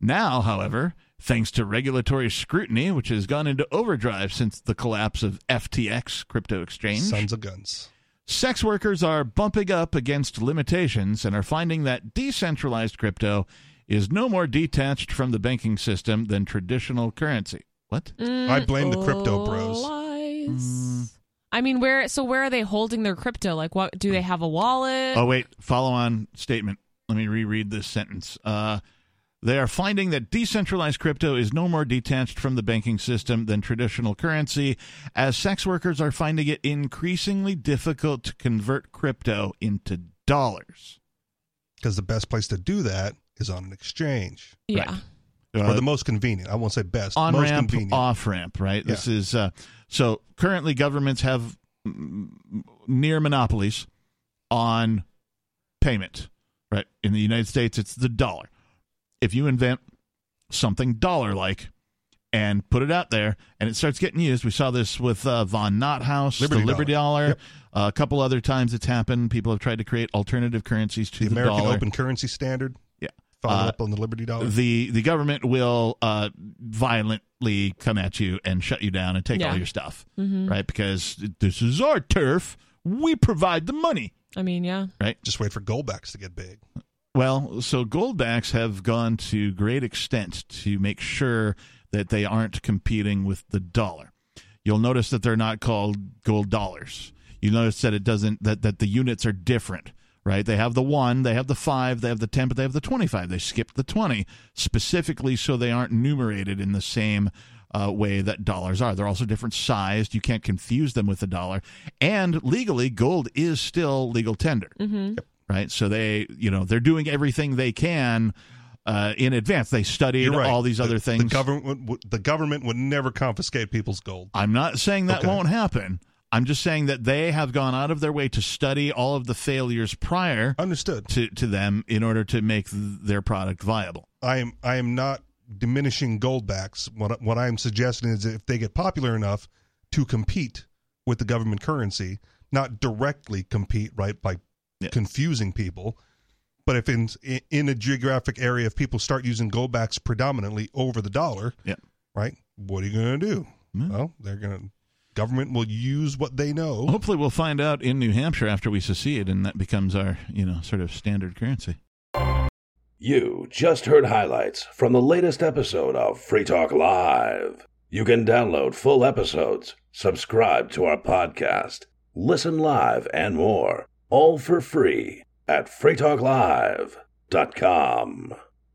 B: Now, however, thanks to regulatory scrutiny, which has gone into overdrive since the collapse of FTX crypto exchange,
D: Sons of guns.
B: sex workers are bumping up against limitations and are finding that decentralized crypto is no more detached from the banking system than traditional currency. What?
D: I blame the crypto bros.
C: Mm, oh,
D: Mm.
C: Lies. I mean, where? So where are they holding their crypto? Like, what do they have a wallet?
B: Oh, wait. Follow on statement. Let me reread this sentence. Uh, they are finding that decentralized crypto is no more detached from the banking system than traditional currency, as sex workers are finding it increasingly difficult to convert crypto into dollars.
D: Because the best place to do that is on an exchange.
C: yeah.
B: right.
D: or
B: Uh,
D: the most convenient. I won't say best.
B: on
D: most
B: ramp,
D: convenient.
B: off ramp, right? This is uh, so currently governments have mm, near monopolies on payment, right? In the United States, it's the dollar. If you invent something dollar like and put it out there and it starts getting used, we saw this with uh, Von Nothaus,
D: Liberty
B: the Liberty Dollar,
D: Dollar. Yep.
B: uh, a couple other times it's happened. People have tried to create alternative currencies to
D: the
B: the,
D: American
B: dollar.
D: Open Currency Standard.
B: Yeah.
D: Follow
B: Uh,
D: up on the Liberty Dollar.
B: the the government will uh, violently come at you and shut you down and take
C: Yeah.
B: all your stuff, right? Because this is our turf. We provide the money.
C: I mean, yeah.
D: Just wait for goldbacks to get big.
B: Well, so goldbacks have gone to great extent to make sure that they aren't competing with the dollar. You'll notice that they're not called gold dollars. You notice that it doesn't that that the units are different, right? They have the 1, they have the 5, they have the 10, but they have the 25. They skip the 20 specifically so they aren't numerated in the same uh, uh, way that dollars are. They're also different sized. You can't confuse them with the dollar. And legally, gold is still legal tender,
C: Mm-hmm.
B: right? So they, you know, they're doing everything they can uh, in advance. They studied
D: You're right.
B: all these
D: The-
B: other things.
D: The government, would, the government would never confiscate people's gold.
B: I'm not saying that
D: Okay.
B: won't happen. I'm just saying that they have gone out of their way to study all of the failures prior
D: Understood.
B: to, to them in order to make th- their product viable.
D: I am. I am not diminishing gold backs. What what I am suggesting is if they get popular enough to compete with the government currency, not directly compete, right, by
B: Yeah.
D: confusing people. But if in in a geographic area, if people start using gold backs predominantly over the dollar,
B: Yeah.
D: right, what are you going to do?
B: Yeah.
D: Well, they're going to government will use what they know.
B: Hopefully, we'll find out in New Hampshire after we secede, and that becomes our you know sort of standard currency.
A: You just heard highlights from the latest episode of Free Talk Live. You can download full episodes, subscribe to our podcast, listen live, and more, all for free at freetalklive.com.